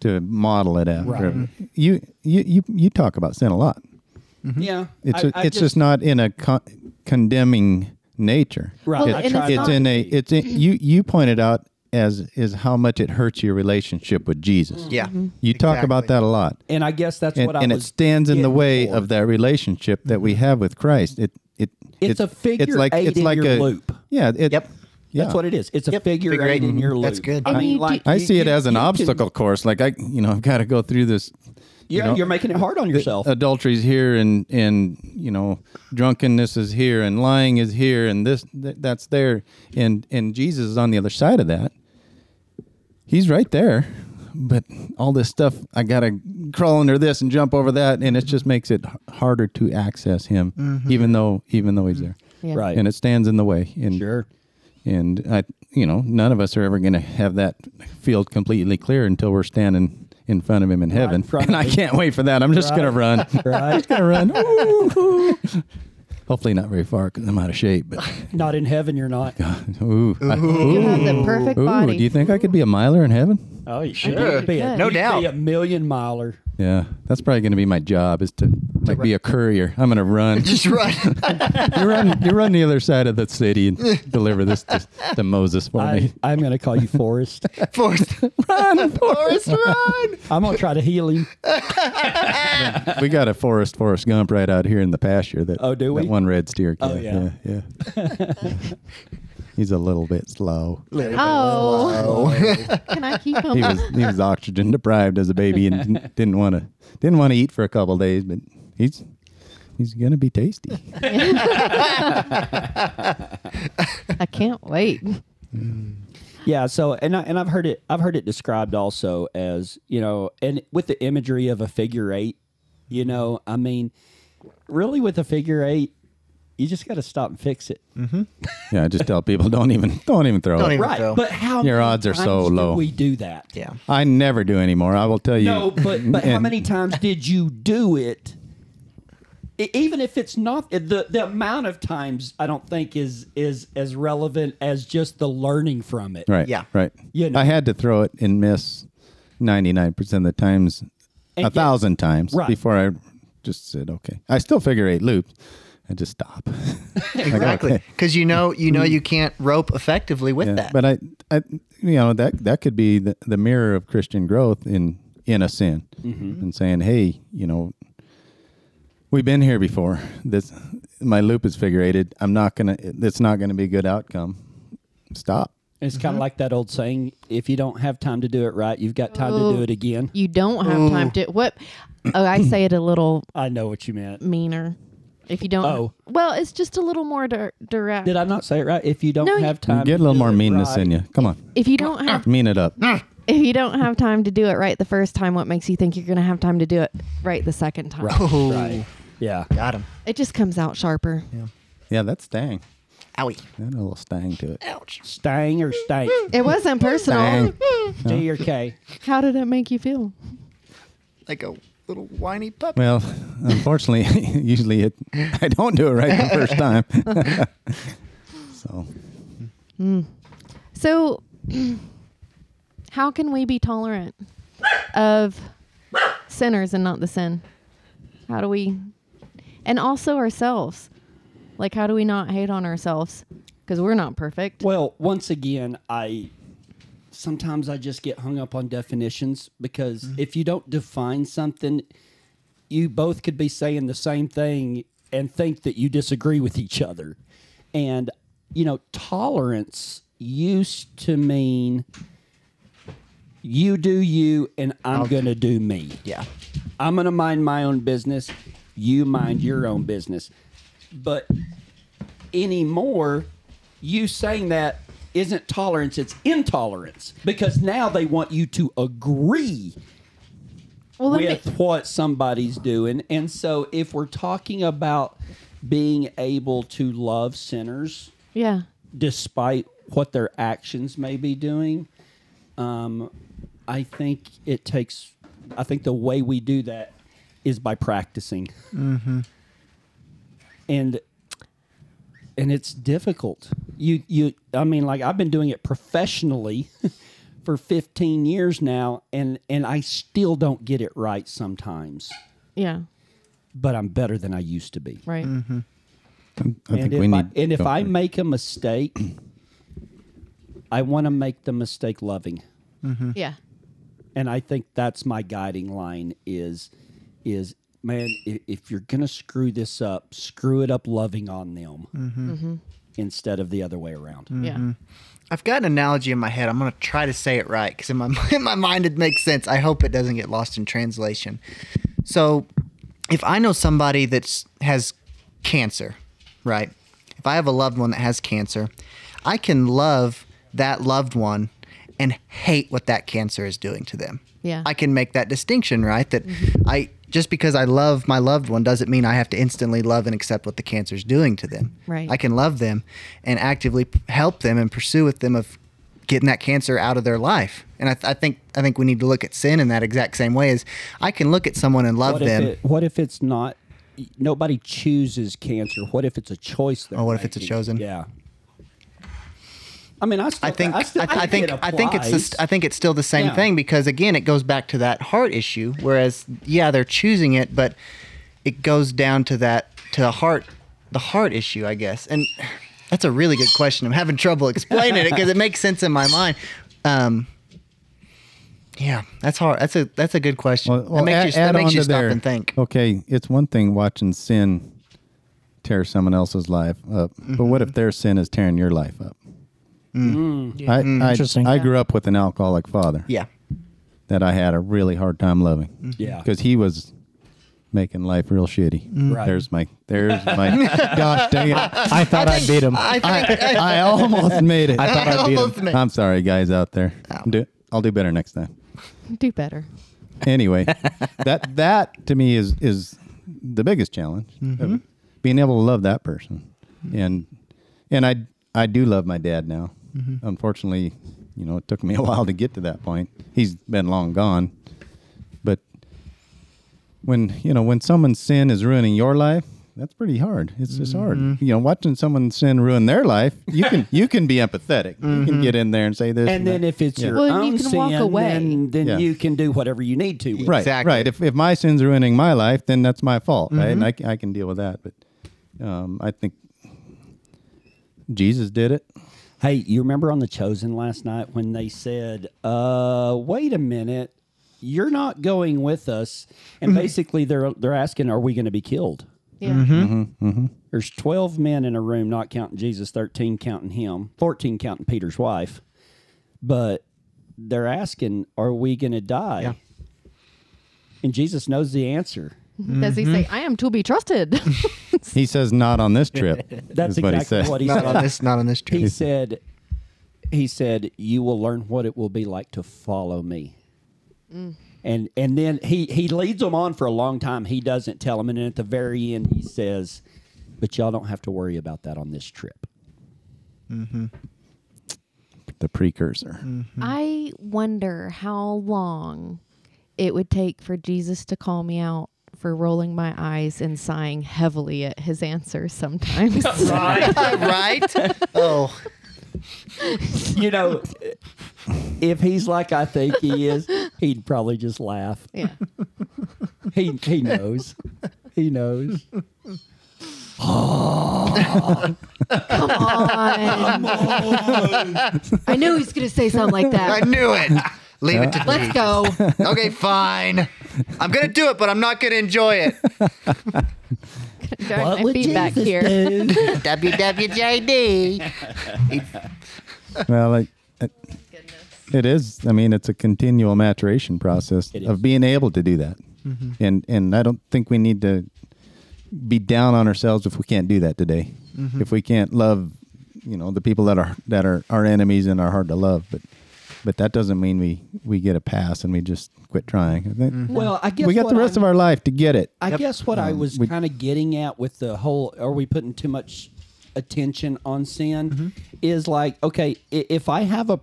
Speaker 3: to model it after.
Speaker 2: Right. Mm-hmm.
Speaker 3: You, you you you talk about sin a lot.
Speaker 2: Yeah,
Speaker 3: Mm-hmm. It's
Speaker 2: I-
Speaker 3: a,
Speaker 2: I
Speaker 3: it's just, not in a con- condemning nature.
Speaker 2: right.
Speaker 1: Well,
Speaker 2: I
Speaker 1: and
Speaker 2: try
Speaker 1: it's
Speaker 2: not
Speaker 3: It's
Speaker 2: to
Speaker 3: in a
Speaker 2: be.
Speaker 3: it's in, you you pointed out as is how much it hurts your relationship with Jesus.
Speaker 4: Yeah.
Speaker 3: You talk about
Speaker 4: Exactly.
Speaker 3: that a lot.
Speaker 2: and I guess that's
Speaker 3: and,
Speaker 2: what I
Speaker 3: and it
Speaker 2: was
Speaker 3: stands in the
Speaker 2: getting
Speaker 3: way
Speaker 2: for. Mm-hmm.
Speaker 3: of that relationship that we have with Christ. It it
Speaker 2: It's a figure eight in your loop.
Speaker 3: Yeah. It,
Speaker 4: Yep.
Speaker 3: Yeah.
Speaker 2: That's what it is. It's a
Speaker 4: Yep,
Speaker 2: figure,
Speaker 4: figure
Speaker 2: eight
Speaker 4: eight.
Speaker 2: in your loop.
Speaker 4: That's good.
Speaker 2: I
Speaker 1: And you
Speaker 2: mean,
Speaker 1: do-
Speaker 2: like
Speaker 3: I see it
Speaker 2: you-
Speaker 3: as an
Speaker 2: you can-
Speaker 3: obstacle course. Like I, you know, I've got to go through this.
Speaker 2: Yeah,
Speaker 3: know? uh,
Speaker 2: you're making it hard on yourself.
Speaker 3: Adultery's here, and and you know, drunkenness is here, and lying is here, and this th- that's there, and and Jesus is on the other side of that. He's right there, but all this stuff I gotta crawl under this and jump over that, and it just makes it h- harder to access Him,
Speaker 2: Mm-hmm.
Speaker 3: even though even though He's there,
Speaker 1: Yeah.
Speaker 2: Right.
Speaker 3: and it stands in the way. And
Speaker 2: sure.
Speaker 3: and I, you know, none of us are ever going to have that field completely clear until we're standing in front of him in heaven.
Speaker 2: front of
Speaker 3: and I
Speaker 2: him.
Speaker 3: can't wait for that. I'm just going to run.
Speaker 2: Right.
Speaker 3: going to run. Ooh. Hopefully not very far because I'm out of shape. But uh,
Speaker 2: Not in heaven, you're not.
Speaker 3: ooh, I-
Speaker 1: You have the perfect
Speaker 3: ooh,
Speaker 1: body.
Speaker 3: do you think I could be a miler in heaven?
Speaker 2: Oh, you should.
Speaker 1: think you
Speaker 2: You'd be a-
Speaker 1: could.
Speaker 4: No
Speaker 2: you'd
Speaker 4: doubt.
Speaker 2: Be a million miler.
Speaker 3: Yeah, that's probably going to be my job is to like be a courier. I'm going to run.
Speaker 4: Just run.
Speaker 3: you run. You run the other side of the city and deliver this to, to Moses for
Speaker 2: I,
Speaker 3: me.
Speaker 2: I'm going to call you Forrest.
Speaker 4: Forrest. run, Forrest, run.
Speaker 2: I'm going to try to heal him.
Speaker 3: we got a forest Forrest Gump right out here in the pasture. That
Speaker 2: Oh, do
Speaker 3: that
Speaker 2: we?
Speaker 3: one red steer.
Speaker 2: Oh,
Speaker 3: kid.
Speaker 2: yeah.
Speaker 3: yeah, yeah. He's a little bit slow.
Speaker 1: Oh,
Speaker 4: Oh.
Speaker 1: can I keep him?
Speaker 3: He was he was oxygen deprived as a baby and didn't- didn't want to didn't want to eat for a couple days, but he's he's gonna be tasty.
Speaker 1: I can't wait.
Speaker 2: Yeah. So, and I, and I've heard it. I've heard it described also as you know, and with the imagery of a figure eight. You know, I mean, really, with a figure eight, you just got to stop and fix it.
Speaker 3: Yeah, I just tell people don't even don't even throw
Speaker 4: Don't
Speaker 3: it.
Speaker 4: even-
Speaker 2: Right.
Speaker 4: So-
Speaker 2: But how
Speaker 3: Your
Speaker 2: many
Speaker 3: odds are so
Speaker 2: times do
Speaker 3: low.
Speaker 2: We do that.
Speaker 4: Yeah.
Speaker 3: I never do anymore. I will tell you.
Speaker 2: No, but but how
Speaker 3: And-
Speaker 2: many times did you do it? E- Even if it's not eh, the the amount of times, I don't think is is as relevant as just the learning from it.
Speaker 3: Right.
Speaker 4: Yeah.
Speaker 3: Right.
Speaker 2: You know.
Speaker 3: I had to throw it and miss ninety nine percent of the times, a
Speaker 2: yet-
Speaker 3: thousand times
Speaker 2: Right.
Speaker 3: before I just said okay. I still figure eight loops. I just stop.
Speaker 4: Exactly.
Speaker 3: okay. Mm-hmm.
Speaker 4: Because you know, you know, you can't rope effectively with
Speaker 3: Yeah,
Speaker 4: that.
Speaker 3: But I, I, you know, that that could be the, the mirror of Christian growth in in a sin,
Speaker 2: Mm-hmm.
Speaker 3: and saying, hey, you know, we've been here before. This my loop is figurated. I'm not gonna. It's not gonna be a good outcome. Stop.
Speaker 2: It's
Speaker 1: Mm-hmm.
Speaker 2: kind of like that old saying: if you don't have time to do it right, you've got time to do it again.
Speaker 1: You don't have time to what? Oh, I say it a little
Speaker 2: I know what you meant.
Speaker 1: meaner. If you don't,
Speaker 2: Oh.
Speaker 1: well, it's just a little more dir- direct.
Speaker 2: Did I not say it right? If you don't
Speaker 1: No, you-
Speaker 2: have time,
Speaker 3: Get a
Speaker 2: to
Speaker 3: little
Speaker 2: do
Speaker 3: more
Speaker 2: it
Speaker 3: meanness
Speaker 2: right- Mm.
Speaker 3: in you. Come on,
Speaker 1: if you don't have,
Speaker 3: mean it up.
Speaker 1: if you don't have time to do it right the first time, what makes you think you're going to have time to do it right the second time?
Speaker 4: Ooh.
Speaker 2: Right. Yeah.
Speaker 4: Got him.
Speaker 1: It just comes out sharper.
Speaker 3: Yeah, that's stang.
Speaker 4: Owie.
Speaker 3: That had a little stang to it.
Speaker 4: Ouch.
Speaker 2: Stang or stank?
Speaker 1: It wasn't personal.
Speaker 3: Stang.
Speaker 2: D or K?
Speaker 1: How did it make you feel?
Speaker 4: Like a little whiny puppy.
Speaker 3: Well, unfortunately, usually it, I don't do it right the first time. so
Speaker 1: So, how can we be tolerant of sinners and not the sin? How do we, and also ourselves? Like, how do we not hate on ourselves? Because we're not perfect.
Speaker 2: Well, once again, I sometimes I just get hung up on definitions because if you don't define something, you both could be saying the same thing and think that you disagree with each other. And you know, tolerance used to mean you do you and I'm going to do me.
Speaker 4: Yeah.
Speaker 2: I'm going to mind my own business. You mind your own business. But anymore, you saying that isn't tolerance, it's intolerance because now they want you to agree
Speaker 1: Well, let me-
Speaker 2: with what somebody's doing. And so if we're talking about being able to love sinners
Speaker 1: yeah.
Speaker 2: despite what their actions may be doing, um, I think it takes. I think the way we do that is by practicing, and and it's difficult. You you. I mean, like I've been doing it professionally for 15 years now, and and I still don't get it right sometimes.
Speaker 1: Yeah.
Speaker 2: But I'm better than I used to be.
Speaker 1: Right.
Speaker 3: I
Speaker 2: And
Speaker 3: think
Speaker 2: if,
Speaker 3: we
Speaker 2: I,
Speaker 3: need.
Speaker 2: and if
Speaker 3: don't
Speaker 2: I
Speaker 3: we?
Speaker 2: make a mistake, I want to make the mistake loving,
Speaker 1: Yeah.
Speaker 2: and I think that's my guiding line is is man, if, if you're gonna screw this up, screw it up loving on them instead of the other way around.
Speaker 1: Yeah.
Speaker 4: I've got an analogy in my head. I'm going to try to say it right because in my, in my mind it makes sense. I hope it doesn't get lost in translation. So, if I know somebody that has cancer, right? If I have a loved one that has cancer, I can love that loved one and hate what that cancer is doing to them.
Speaker 1: Yeah.
Speaker 4: I can make that distinction, right? That I just because I love my loved one doesn't mean I have to instantly love and accept what the cancer's doing to them.
Speaker 1: Right.
Speaker 4: I can love them and actively p- help them and pursue with them of getting that cancer out of their life. And I, th- I think I think we need to look at sin in that exact same way. Is I can look at someone and love
Speaker 2: What
Speaker 4: them.
Speaker 2: if it, what if it's not? Nobody chooses cancer. What if it's a choice?
Speaker 4: Oh, what if it's a chosen?
Speaker 2: Yeah, I mean, I still
Speaker 4: I think I,
Speaker 2: I, still
Speaker 4: I think
Speaker 2: it
Speaker 4: I think it's the,
Speaker 2: applies.
Speaker 4: st- I think it's still the same
Speaker 2: Yeah.
Speaker 4: thing because again it goes back to that heart issue. Whereas yeah they're choosing it, but it goes down to that to the heart the heart issue I guess. And that's a really good question. I'm having trouble explaining it because it makes sense in my mind. Um, yeah, that's hard. That's a that's a good question.
Speaker 3: Well, well,
Speaker 4: that makes you,
Speaker 3: add-
Speaker 4: that
Speaker 3: add
Speaker 4: makes
Speaker 3: on
Speaker 4: you
Speaker 3: to
Speaker 4: stop
Speaker 3: there. Oh.
Speaker 4: and think.
Speaker 3: Okay, it's one thing watching sin tear someone else's life up, but what if their sin is tearing your life up? Mm.
Speaker 4: Mm.
Speaker 3: I, I,
Speaker 5: Interesting.
Speaker 3: I grew up with an alcoholic father
Speaker 4: Yeah,
Speaker 3: that I had a really hard time loving.
Speaker 2: Yeah.
Speaker 3: because he was making life real shitty.
Speaker 2: Right.
Speaker 3: There's my there's my gosh dang it! I,
Speaker 5: I thought I, beat him.
Speaker 4: I think
Speaker 3: I almost made it.
Speaker 5: I thought I beat him.
Speaker 4: almost made-
Speaker 3: I'm sorry, guys out there. Do, I'll do better next time.
Speaker 1: Do better.
Speaker 3: anyway, that that to me is is the biggest challenge
Speaker 2: Mm-hmm.
Speaker 3: of being able to love that person, and and I I do love my dad now.
Speaker 2: Mm-hmm.
Speaker 3: Unfortunately, you know, it took me a while to get to that point. He's been long gone, but when you know when someone's sin is ruining your life. That's pretty hard. It's just hard.
Speaker 2: Mm-hmm.
Speaker 3: You know, watching someone's sin ruin their life, you can you can be empathetic. You can get in there and say
Speaker 2: Mm-hmm.
Speaker 3: this.
Speaker 2: and
Speaker 3: that.
Speaker 2: then if it's your
Speaker 1: Well, and
Speaker 2: own
Speaker 1: you can walk
Speaker 2: sin,
Speaker 1: away.
Speaker 2: then, then
Speaker 3: Yeah.
Speaker 2: you can do whatever you need to. with
Speaker 3: right,
Speaker 4: Exactly.
Speaker 3: right. If if my sin's ruining my life, then that's my fault, right? And I,
Speaker 2: Mm-hmm.
Speaker 3: c- I can deal with that. But um, I think Jesus did it.
Speaker 2: Hey, you remember on The Chosen last night when they said, uh, wait a minute, you're not going with us.
Speaker 3: Mm-hmm.
Speaker 2: And basically they're they're asking, Are we gonna be killed?
Speaker 1: Yeah.
Speaker 2: There's twelve men in a room, not counting Jesus, thirteen counting him, fourteen counting Peter's wife. But they're asking, Are we gonna die?
Speaker 4: Yeah.
Speaker 2: And Jesus knows the answer.
Speaker 1: Does he
Speaker 5: Mm-hmm.
Speaker 1: say, I am to be trusted?
Speaker 3: He says, "Not on this trip."
Speaker 2: That's
Speaker 3: is what he
Speaker 2: exactly
Speaker 3: said.
Speaker 2: what he
Speaker 4: not
Speaker 2: said.
Speaker 4: on this not on this
Speaker 2: he
Speaker 4: trip.
Speaker 2: said he said you will learn what it will be like to follow me
Speaker 1: Mm.
Speaker 2: and and then he he leads them on for a long time he doesn't tell them and then at the very end he says but y'all don't have to worry about that on this trip
Speaker 3: the precursor.
Speaker 1: I wonder how long it would take for Jesus to call me out for rolling my eyes and sighing heavily at his answers sometimes.
Speaker 4: right? Oh,
Speaker 2: you know if he's like i think he is he'd probably just laugh
Speaker 1: yeah.
Speaker 2: he he knows he knows
Speaker 1: I knew he was going to say something like
Speaker 4: I
Speaker 1: that.
Speaker 4: knew it. Leave it to me.
Speaker 1: Let's go.
Speaker 4: okay, fine. I'm gonna do it, but I'm not gonna enjoy it.
Speaker 1: Drag my feet back here.
Speaker 4: WWJD.
Speaker 3: well, uh, I, I, it is. I mean, it's a continual maturation process
Speaker 2: It is.
Speaker 3: of being able to do that, and and I don't think we need to be down on ourselves if we can't do that today. If we can't love, you know, the people that are that are our enemies and are hard to love, but but that doesn't mean we we get a pass and we just quit trying. I think-
Speaker 2: well i guess
Speaker 3: We got the
Speaker 2: what
Speaker 3: rest
Speaker 2: I'm-
Speaker 3: of our life to get it.
Speaker 2: Mm-hmm. I guess what I was kind of getting at with the whole are we putting too much attention on sin is like, okay, i- if I have a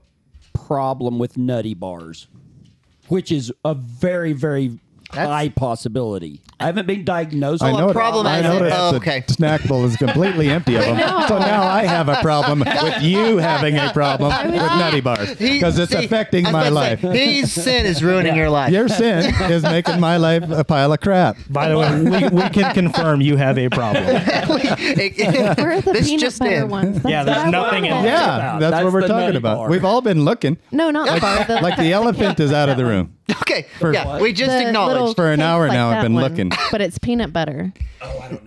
Speaker 2: problem with nutty bars, which is a very, very high possibility, I haven't been diagnosed
Speaker 3: I
Speaker 2: with
Speaker 4: Oh, a
Speaker 3: noticed-
Speaker 4: problem
Speaker 3: I
Speaker 4: is it-
Speaker 3: noticed
Speaker 4: oh,
Speaker 3: the
Speaker 4: okay.
Speaker 3: snack bowl is completely empty of them. So now I have a problem with you having a problem with Nutty Bars because it's
Speaker 4: See,
Speaker 3: affecting
Speaker 4: I was
Speaker 3: my
Speaker 4: about
Speaker 3: life.
Speaker 4: to Say, his sin is ruining your life.
Speaker 3: Your sin is making my life a pile of crap.
Speaker 5: By the way, we, we can confirm you have a problem.
Speaker 1: Where are the
Speaker 4: This
Speaker 1: peanut
Speaker 4: just
Speaker 1: butter
Speaker 4: in.
Speaker 1: ones? That's
Speaker 5: Yeah, there's
Speaker 1: what I
Speaker 5: nothing in
Speaker 1: wanted.
Speaker 5: there.
Speaker 3: Yeah,
Speaker 2: about.
Speaker 3: that's,
Speaker 2: That's
Speaker 3: what we're
Speaker 2: the
Speaker 3: talking
Speaker 2: Nutty
Speaker 3: about.
Speaker 2: Bar.
Speaker 3: We've all been looking.
Speaker 1: No, not the bar. The,
Speaker 3: Like the elephant is out of the room.
Speaker 4: okay, yeah, we just
Speaker 1: the little
Speaker 4: acknowledged.
Speaker 3: For an
Speaker 1: cakes
Speaker 3: hour
Speaker 1: like
Speaker 3: now, I've
Speaker 1: that
Speaker 3: been
Speaker 1: one.
Speaker 3: looking.
Speaker 1: But it's peanut butter.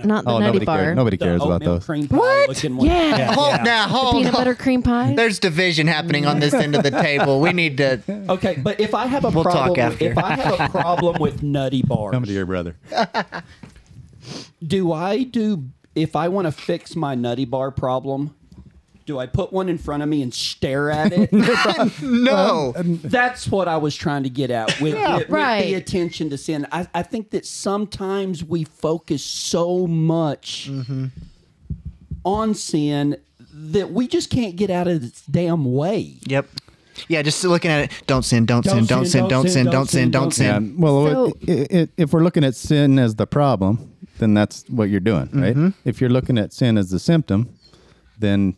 Speaker 1: Not the
Speaker 3: Oh,
Speaker 1: nutty
Speaker 3: nobody
Speaker 1: bar.
Speaker 3: cares. Nobody
Speaker 2: the
Speaker 3: cares about
Speaker 2: oatmeal
Speaker 3: those.
Speaker 2: cream pie
Speaker 4: What?
Speaker 2: looking one.
Speaker 1: Yeah.
Speaker 4: Hold now, hold
Speaker 1: Peanut
Speaker 4: on.
Speaker 1: butter cream pie.
Speaker 4: There's division happening on this end of the table. We need to.
Speaker 2: Okay, but if I have a
Speaker 4: We'll
Speaker 2: problem,
Speaker 4: talk after.
Speaker 2: if I have a problem with nutty bars,
Speaker 3: Come to your brother.
Speaker 2: do I do if I want to fix my nutty bar problem? Do I put one in front of me and stare at it?
Speaker 4: No,
Speaker 2: That's what I was trying to get at with, with- with
Speaker 1: right.
Speaker 2: the attention to sin. I, I think that sometimes we focus so much on sin that we just can't get out of its damn way.
Speaker 4: Yep. Yeah, just looking at it. Don't sin. Don't, sin. Don't sin. Don't sin. Don't sin. Don't sin.
Speaker 3: Yeah. Well,
Speaker 1: So-
Speaker 3: i i if we're looking at sin as the problem, then that's what you're doing, right?
Speaker 4: Mm-hmm. Mm-hmm.
Speaker 3: If you're looking at sin as the symptom, then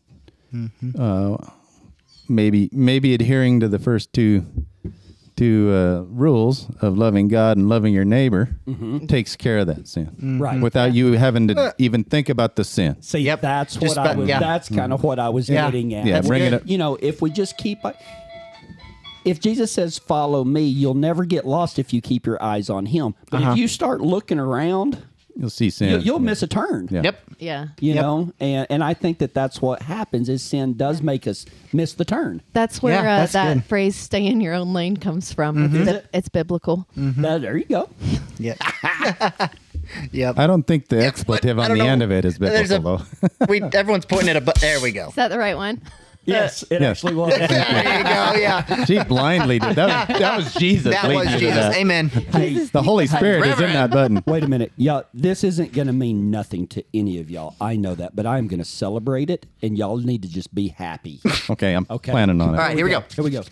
Speaker 3: uh, maybe maybe adhering to the first two two uh, rules of loving God and loving your neighbor
Speaker 4: Mm-hmm.
Speaker 3: takes care of that sin,
Speaker 2: Right.
Speaker 3: Without you having
Speaker 4: Uh.
Speaker 3: to even think about the sin.
Speaker 2: See,
Speaker 4: Yep.
Speaker 2: that's
Speaker 4: Just
Speaker 2: what I
Speaker 4: about-
Speaker 2: was.
Speaker 4: yeah.
Speaker 2: That's kind of what I was
Speaker 4: Yeah.
Speaker 2: getting at.
Speaker 3: Yeah, That's bring it good. up.
Speaker 2: You know, if we just keep, uh, if Jesus says, "Follow me," you'll never get lost if you keep your eyes on Him. But if you start looking around,
Speaker 3: You'll see sin.
Speaker 2: you, you'll miss a turn.
Speaker 3: Yeah.
Speaker 4: Yep.
Speaker 1: Yeah.
Speaker 2: You
Speaker 4: Yep.
Speaker 2: know, and and I think that that's what happens is sin does make us miss the turn.
Speaker 1: That's where
Speaker 4: Yeah,
Speaker 1: uh,
Speaker 4: that's
Speaker 1: that
Speaker 4: good.
Speaker 1: phrase "stay in your own lane" comes from.
Speaker 2: Mm-hmm.
Speaker 1: It's, bi- it's biblical.
Speaker 4: Mm-hmm.
Speaker 2: Now, there you go.
Speaker 4: Yep. yep.
Speaker 3: I don't think the expletive
Speaker 4: I
Speaker 3: on
Speaker 4: don't
Speaker 3: the
Speaker 4: know.
Speaker 3: end of it is
Speaker 4: There's a-
Speaker 3: biblical. though.
Speaker 4: we everyone's pointing at a but there we go.
Speaker 1: Is that the right one?
Speaker 2: Yes, it
Speaker 3: Yes.
Speaker 2: actually was.
Speaker 4: There you go. Yeah.
Speaker 3: she blindly did that. Was, that was Jesus.
Speaker 4: That
Speaker 3: leading
Speaker 4: was
Speaker 3: you to
Speaker 4: Jesus.
Speaker 3: that.
Speaker 4: Amen.
Speaker 2: Hey,
Speaker 3: The Holy Spirit is in that button.
Speaker 2: Wait a minute. Yeah, this isn't going to mean nothing to any of y'all. I know that, but I'm going to celebrate it, and y'all need to just be happy.
Speaker 3: Okay, I'm
Speaker 2: Okay.
Speaker 3: planning on it.
Speaker 4: All right, here we go.
Speaker 2: Here we go.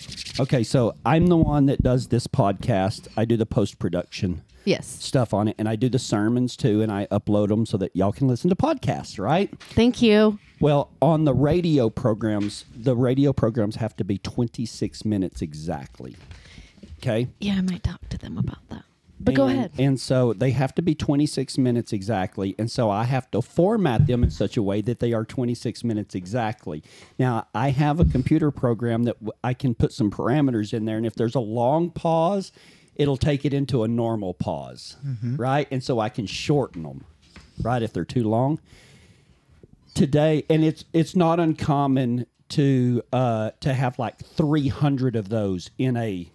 Speaker 2: Okay, so I'm the one that does this podcast. I do the post production
Speaker 1: Yes.
Speaker 2: stuff on it, and I do the sermons too, and I upload them so that y'all can listen to podcasts, right?
Speaker 1: Thank you.
Speaker 2: Well, on the radio programs, the radio programs have to be 26 minutes exactly. Okay.
Speaker 1: Yeah, I might talk to them about that. But go
Speaker 2: And-
Speaker 1: ahead.
Speaker 2: And so they have to be 26 minutes exactly. And so I have to format them in such a way that they are 26 minutes exactly. Now, I have a computer program that w- I can put some parameters in there. And if there's a long pause, it'll take it into a normal pause, right? And so I can shorten them, right? If they're too long today, and it's it's not uncommon to uh, to have like 300 of those in a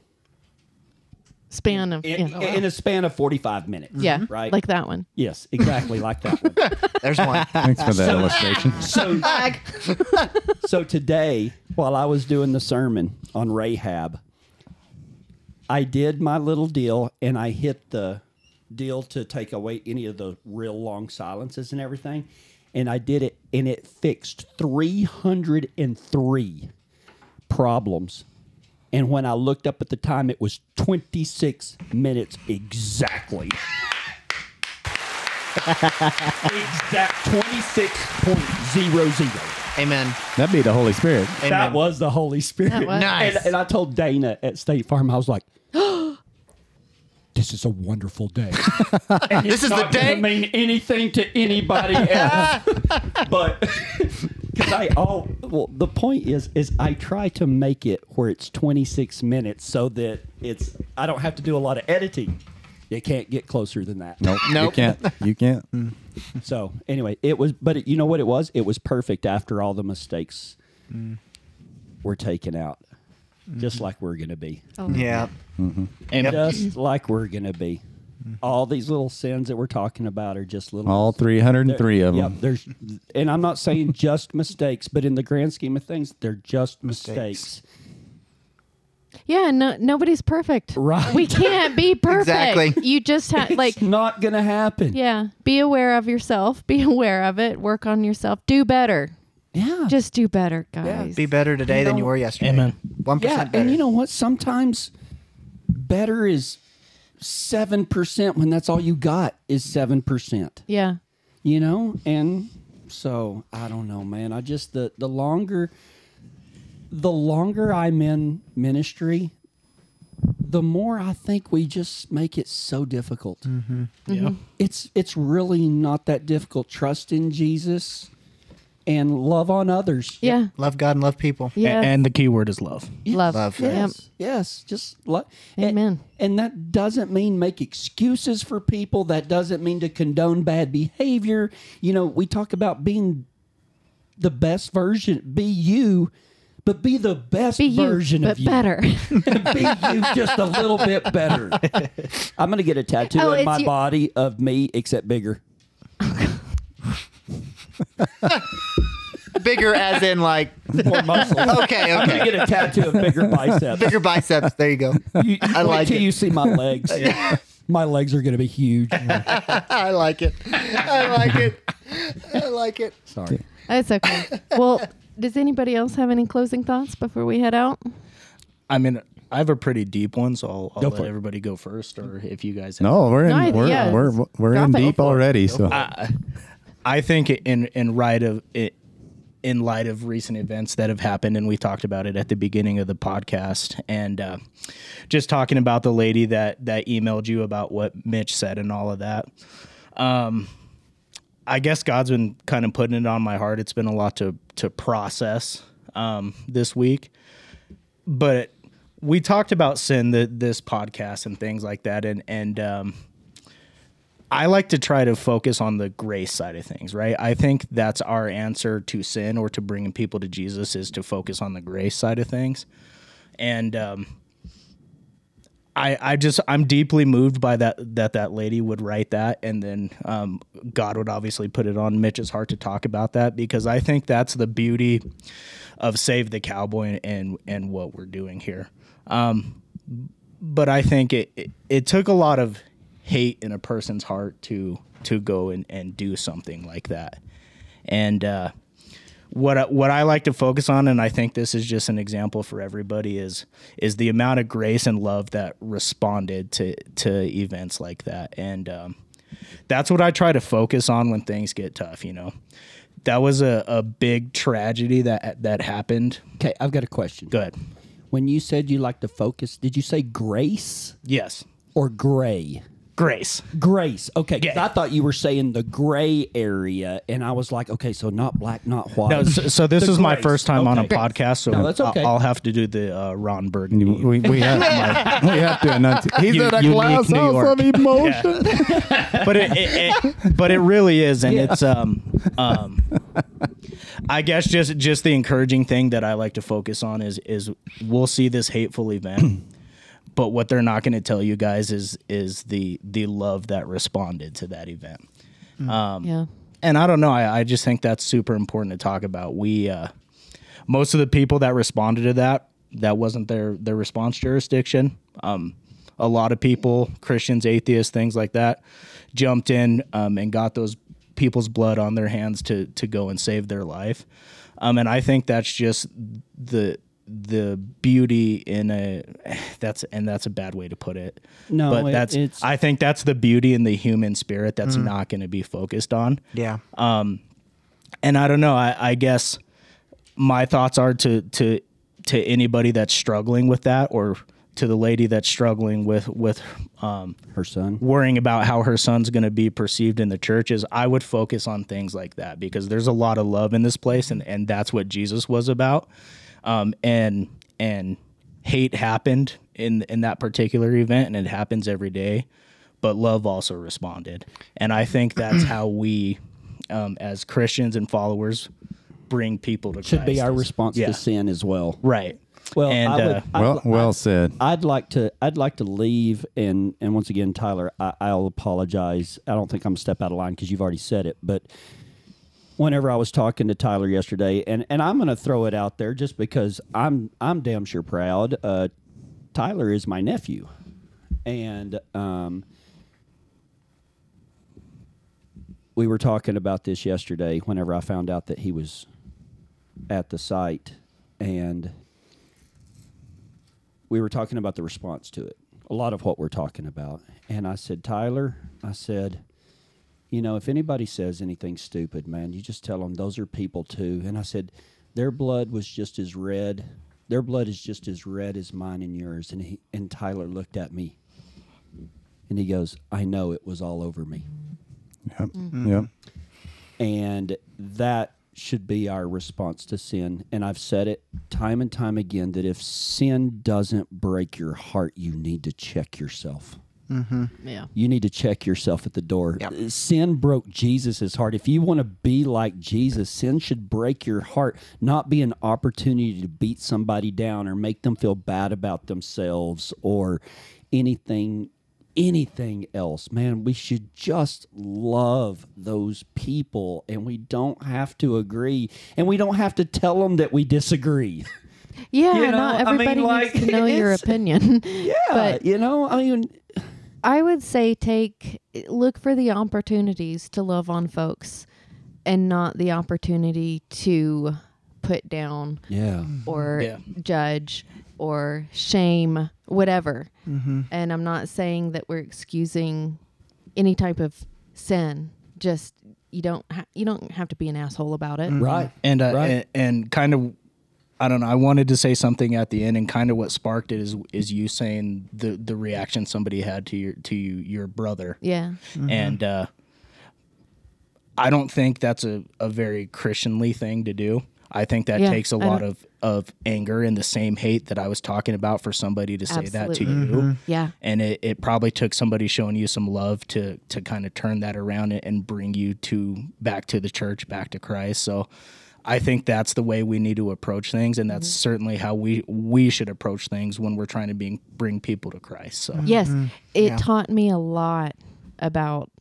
Speaker 1: Span of
Speaker 2: in,
Speaker 1: yeah.
Speaker 2: in a span of 45 minutes.
Speaker 1: Yeah,
Speaker 2: Right.
Speaker 1: like that one.
Speaker 2: Yes, exactly like that one.
Speaker 4: There's one.
Speaker 3: Thanks for that illustration.
Speaker 2: So, so today, while I was doing the sermon on Rahab, I did my little deal and I hit the deal to take away any of the real long silences and everything. And I did it and it fixed 303 problems. And when I looked up at the time, it was 26 minutes exactly. exact 26.00.
Speaker 4: Amen.
Speaker 3: That'd be the Holy Spirit.
Speaker 4: Amen.
Speaker 2: That was the Holy Spirit.
Speaker 1: That was.
Speaker 4: Nice.
Speaker 2: And, and I told Dana at State Farm, I was like, "This is a wonderful day. And it's
Speaker 4: This is the
Speaker 2: not gonna
Speaker 4: day?
Speaker 2: Mean anything to anybody else? but because I all well, the point is, is I try to make it where it's 26 minutes so that it's I don't have to do a lot of editing. You can't get closer than that.
Speaker 3: Nope. Mm. You
Speaker 4: Nope.
Speaker 3: can't. You can't.
Speaker 2: So anyway, it was, but it, you know what it was? It was perfect after all the mistakes
Speaker 3: Mm.
Speaker 2: were taken out,
Speaker 3: Mm-hmm.
Speaker 2: just like we're gonna be,
Speaker 1: Oh,
Speaker 4: Yeah.
Speaker 5: Amen.
Speaker 2: just like we're gonna be. All these little sins that we're talking about are just little.
Speaker 3: Mm-hmm. All 303 of
Speaker 2: yeah,
Speaker 3: them.
Speaker 2: there's, and I'm not saying just mistakes, but in the grand scheme of things, they're just mistakes.
Speaker 1: Yeah, no, nobody's perfect.
Speaker 2: Right.
Speaker 1: We can't be perfect.
Speaker 4: Exactly.
Speaker 1: You just have Uh, like
Speaker 2: It's not gonna happen.
Speaker 1: yeah. Be aware of yourself. Be aware of it. Work on yourself. Do better.
Speaker 2: yeah.
Speaker 1: Just do better, guys.
Speaker 4: Be better today than you were yesterday.
Speaker 5: Amen.
Speaker 4: One
Speaker 2: Yeah,
Speaker 4: percent better.
Speaker 2: and you know what? Sometimes better is seven percent when that's all you got is seven percent.
Speaker 1: yeah.
Speaker 2: You know, and so I don't know, man. I just the the longer the longer I'm in ministry, the more I think we just make it so difficult.
Speaker 5: Yeah.
Speaker 2: It's it's really not that difficult. Trust in Jesus and love on others.
Speaker 1: Yeah.
Speaker 4: love God and love people.
Speaker 5: A-
Speaker 1: Yes.
Speaker 5: And the key word is love.
Speaker 1: love.
Speaker 4: Love.
Speaker 1: Yep.
Speaker 2: Yes. Yes. Just lo- and-
Speaker 1: Amen.
Speaker 2: And, that doesn't mean make excuses for people. That doesn't mean to condone bad behavior. You know, we talk about being the best version. Be you, but be the best
Speaker 1: Be you,
Speaker 2: version
Speaker 1: but
Speaker 2: of you.
Speaker 1: better.
Speaker 2: be you just a little bit better. I'm gonna get a tattoo
Speaker 1: Oh,
Speaker 2: on
Speaker 1: it's
Speaker 2: my
Speaker 1: you-
Speaker 2: body of me, except bigger.
Speaker 4: Bigger as in like
Speaker 2: More muscles.
Speaker 4: okay,
Speaker 2: I'm gonna
Speaker 4: okay.
Speaker 2: get a tattoo of bigger biceps.
Speaker 4: Bigger biceps. There you go.
Speaker 2: You, I wait
Speaker 4: like
Speaker 2: till
Speaker 4: it.
Speaker 2: you see my legs. My legs are gonna be huge.
Speaker 4: I like it. I like it. I like it.
Speaker 2: Sorry.
Speaker 1: It's okay. Well, does anybody else have any closing thoughts before we head out?
Speaker 5: I mean, I have a pretty deep one, so I'll, I'll
Speaker 2: Go
Speaker 5: let
Speaker 2: for it.
Speaker 5: everybody go first, or if you guys. Have
Speaker 3: No, we're in
Speaker 1: No, I-
Speaker 3: we're,
Speaker 1: yeah,
Speaker 3: we're, we're, in
Speaker 1: drop it.
Speaker 3: Uh, deep already. So
Speaker 5: I think in in right of it in light of recent events that have happened, and we talked about it at the beginning of the podcast, and uh, just talking about the lady that that emailed you about what Mitch said and all of that. Um, I guess God's been kind of putting it on my heart. It's been a lot to to process um, this week, but we talked about sin the, this podcast and things like that, and and um, I like to try to focus on the grace side of things, right? I think that's our answer to sin or to bringing people to Jesus is to focus on the grace side of things, and um, I, I just I'm deeply moved by that that that lady would write that and then um, God would obviously put it on Mitch's heart to talk about that because I think that's the beauty of save the cowboy and and what we're doing here. Um, but I think it, it it took a lot of hate in a person's heart to to go and, and do something like that. And uh, what I, what I like to focus on, and I think this is just an example for everybody, is is the amount of grace and love that responded to to events like that, and um, that's what I try to focus on when things get tough. You know, that was a, a big tragedy that that happened.
Speaker 2: Okay, I've got a question.
Speaker 5: Good.
Speaker 2: When you said you like to focus, did you say grace
Speaker 5: Yes.
Speaker 2: or gray?
Speaker 5: Grace.
Speaker 2: Grace. Okay, 'cause
Speaker 5: Yeah.
Speaker 2: I thought you were saying the gray area, and I was like, okay, so not black, not white.
Speaker 5: No, so, so this
Speaker 2: The
Speaker 5: is my
Speaker 2: grace.
Speaker 5: first time on a
Speaker 2: Okay.
Speaker 5: podcast, so
Speaker 2: No, that's
Speaker 5: I-
Speaker 2: okay.
Speaker 5: I'll have to do the uh, Ron Burgundy.
Speaker 3: We, we, we have, we have to enunciate. He's
Speaker 5: You-
Speaker 3: in a
Speaker 5: unique
Speaker 3: glass
Speaker 5: New
Speaker 3: house
Speaker 5: York.
Speaker 3: of emotion.
Speaker 5: but it, it, it but it really is and it's um um i guess just just the encouraging thing that i like to focus on is is we'll see this hateful event but what they're not going to tell you guys is is the the love that responded to that event
Speaker 2: Um,
Speaker 1: yeah.
Speaker 5: and I don't know. I, I just think that's super important to talk about. We uh, most of the people that responded to that that wasn't their their response jurisdiction. Um, a lot of people, Christians, atheists, things like that, jumped in um, and got those people's blood on their hands to to go and save their life. Um, and I think that's just the the beauty in a that's and that's a bad way to put it.
Speaker 2: No,
Speaker 5: but
Speaker 2: it-
Speaker 5: that's
Speaker 2: it's- Mm.
Speaker 5: I think that's the beauty in the human spirit that's not going to be focused on
Speaker 4: Yeah.
Speaker 5: and I don't know. I, I guess my thoughts are to to to anybody that's struggling with that, or to the lady that's struggling with with um,
Speaker 2: her son.
Speaker 5: worrying about how her son's going to be perceived in the church. Is I would focus on things like that because there's a lot of love in this place, and and that's what Jesus was about. Um, and and hate happened in in that particular event, and it happens every day. But love also responded, and I think that's how we, um, as Christians and followers, bring people to
Speaker 2: Should be
Speaker 5: Christ
Speaker 2: our
Speaker 5: is-
Speaker 2: response
Speaker 5: Yeah.
Speaker 2: to sin as well.
Speaker 5: right?
Speaker 2: Well,
Speaker 5: and
Speaker 2: I would,
Speaker 5: uh,
Speaker 2: I'd
Speaker 3: Well,
Speaker 2: li-
Speaker 3: well said.
Speaker 2: I'd like to. I'd like to leave, and and once again, Tyler, I, I'll apologize. I don't think I'm a step out of line because you've already said it. But whenever I was talking to Tyler yesterday, and and I'm going to throw it out there just because I'm I'm damn sure proud. Uh, Tyler is my nephew, and um, we were talking about this yesterday. Whenever I found out that he was at the site, and we were talking about the response to it, a lot of what we're talking about. And I said, Tyler, I said, you know, if anybody says anything stupid, man, you just tell them those are people too. And I said, their blood was just as red. Their blood is just as red as mine and yours. And he and Tyler looked at me, and he goes, "I know it was all over me."
Speaker 3: Yep. Yep.
Speaker 2: And that should be our response to sin. And I've said it time and time again that if sin doesn't break your heart, you need to check yourself.
Speaker 1: Yeah.
Speaker 2: You need to check yourself at the door. Sin broke Jesus' heart. If you want to be like Jesus, sin should break your heart, not be an opportunity to beat somebody down or make them feel bad about themselves or anything anything else. Man, we should just love those people and we don't have to agree and we don't have to tell them that we disagree.
Speaker 1: Yeah,
Speaker 2: You know,
Speaker 1: not
Speaker 2: I mean,
Speaker 1: everybody
Speaker 2: like,
Speaker 1: needs to know your
Speaker 2: it's-
Speaker 1: opinion.
Speaker 2: yeah,
Speaker 1: But-
Speaker 2: you know, I mean
Speaker 1: I would say take look for the opportunities to love on folks and not the opportunity to put down
Speaker 2: yeah.
Speaker 1: or
Speaker 5: Yeah.
Speaker 1: judge or shame whatever. And I'm not saying that we're excusing any type of sin. Just you don't ha- you don't have to be an asshole about it.
Speaker 2: Right.
Speaker 5: and uh,
Speaker 2: Right.
Speaker 5: and, and kind of I don't know. I wanted to say something at the end, and kind of what sparked it is is you saying the the reaction somebody had to your to your brother,
Speaker 1: Yeah.
Speaker 5: and uh, I don't think that's a, a very Christianly thing to do. I think that
Speaker 1: Yeah,
Speaker 5: takes a
Speaker 1: I
Speaker 5: lot
Speaker 1: don't-
Speaker 5: of of anger and the same hate that I was talking about for somebody to say that to you,
Speaker 1: Absolutely. Yeah.
Speaker 5: and it, it probably took somebody showing you some love to to kind of turn that around and- and bring you to back to the church back to christ so i think that's the way we need to approach things and
Speaker 1: Mm-hmm.
Speaker 5: that's certainly how we we should approach things when we're trying to bring bring people to christ so
Speaker 1: Yes. It taught me a lot about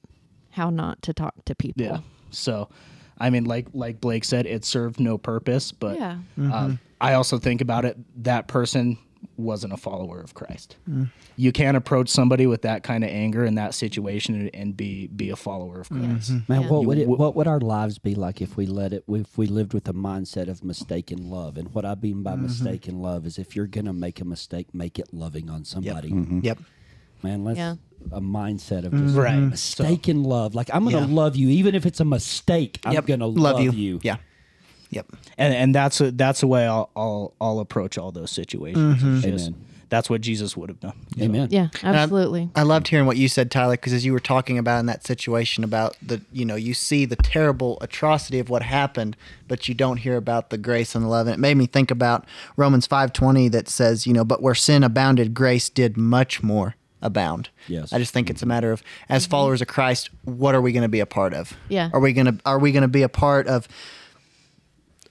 Speaker 1: how not to talk to people.
Speaker 5: yeah so i mean like like blake said it served no purpose but
Speaker 1: Yeah.
Speaker 5: um, i also think about it that person wasn't a follower of christ you can't approach somebody with that kind of anger in that situation and, and be be a follower of christ
Speaker 2: Man,
Speaker 1: Yeah.
Speaker 2: what would it, what would our lives be like if we let it? If we lived with a mindset of mistaken love, and what I mean
Speaker 4: Mm-hmm.
Speaker 2: by mistaken love is if you're gonna make a mistake, make it loving on somebody.
Speaker 3: Mm-hmm.
Speaker 4: Yep. Mm-hmm.
Speaker 2: Man, let's
Speaker 1: Yeah.
Speaker 2: a mindset of just
Speaker 5: Right.
Speaker 2: mistaken love. Like I'm gonna
Speaker 4: Yeah.
Speaker 2: love you, even if it's a mistake. I'm
Speaker 4: Yep.
Speaker 2: gonna
Speaker 4: love,
Speaker 2: love,
Speaker 4: you. Yeah. Yep.
Speaker 5: and and that's a, that's the way I'll, I'll I'll approach all those situations. It's just-
Speaker 2: Amen.
Speaker 5: That's what Jesus would have done.
Speaker 2: Amen.
Speaker 1: Yeah.
Speaker 4: I-
Speaker 1: Absolutely.
Speaker 4: I loved hearing what you said, Tyler, because as you were talking about in that situation about the, you know, you see the terrible atrocity of what happened, but you don't hear about the grace and the love. And it made me think about Romans five twenty that says, you know, but where sin abounded, grace did much more abound.
Speaker 2: Yes.
Speaker 4: I just think it's a matter of as followers of Christ, what are we going to be a part of?
Speaker 1: Yeah.
Speaker 4: Are we going to are we going to be a part of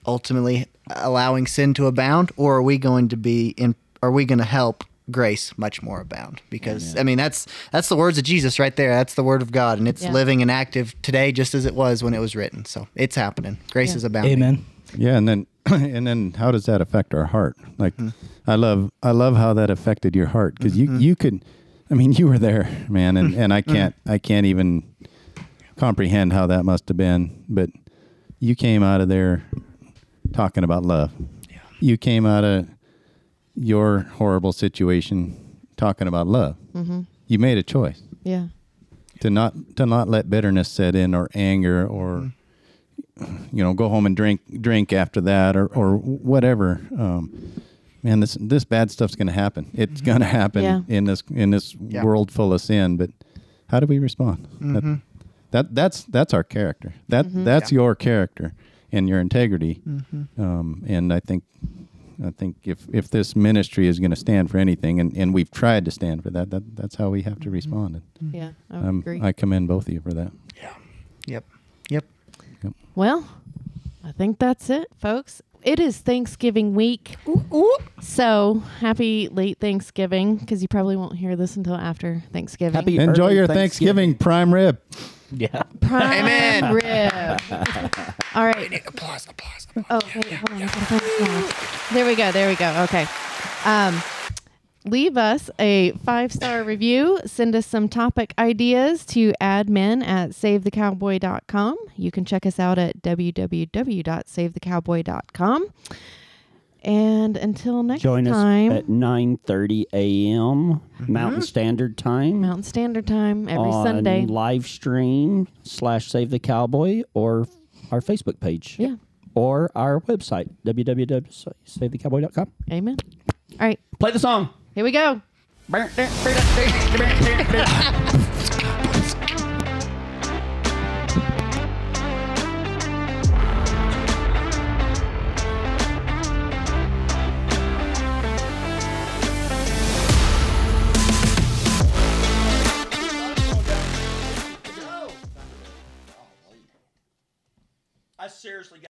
Speaker 4: ultimately allowing sin to abound or are we going to be in are we going to help grace much more abound because i mean that's that's the words of jesus right there that's the word of god and it's
Speaker 1: Yeah.
Speaker 4: living and active today just as it was when it was written so it's happening grace
Speaker 1: Yeah.
Speaker 4: is abounding
Speaker 5: Amen.
Speaker 3: Yeah, and then and then how does that affect our heart? Like, I love I love how that affected your heart because you you could, I mean, you were there, man, and and I can't I can't even comprehend how that must have been, but you came out of there talking about love. Yeah. You came out of your horrible situation talking about love. Mm-hmm. You made a choice
Speaker 1: yeah.
Speaker 3: to not to not let bitterness set in or anger or you know go home and drink drink after that or or whatever um man this this bad stuff's going to happen it's going to happen
Speaker 1: Yeah.
Speaker 3: in this in this
Speaker 4: Yeah.
Speaker 3: world full of sin but how do we respond That- that, that's that's our character that that's your character and your integrity um and i think I think if, if this ministry is going to stand for anything, and, and we've tried to stand for that, that that's how we have to respond. And
Speaker 1: Yeah. I would
Speaker 3: um,
Speaker 1: agree.
Speaker 3: I commend both of you for that.
Speaker 4: yep yep
Speaker 1: Well, I think that's it, folks. It is Thanksgiving week. So happy late Thanksgiving because you probably won't hear this until after Thanksgiving.
Speaker 2: Happy
Speaker 3: Enjoy
Speaker 2: early
Speaker 3: your Thanksgiving, prime rib.
Speaker 5: Yeah.
Speaker 1: prime
Speaker 4: Amen.
Speaker 1: rib. All right.
Speaker 4: applause applause
Speaker 1: Oh, wait, hold on. I gotta find the song. There we go. There we go. Okay. Um, leave us a five star review. Send us some topic ideas to admin at savethecowboy.com. You can check us out at www.savethecowboy.com. And until next
Speaker 2: Join us
Speaker 1: time,
Speaker 2: at 9:30 a.m.
Speaker 4: Mm-hmm.
Speaker 2: Mountain Standard Time.
Speaker 1: Mountain Standard Time every
Speaker 2: on
Speaker 1: Sunday.
Speaker 2: live stream slash save the cowboy or our Facebook page.
Speaker 1: Yeah.
Speaker 2: Or our website, www.savethecowboy.com.
Speaker 1: Amen. All right.
Speaker 2: Play the song.
Speaker 1: Here we go.
Speaker 2: I seriously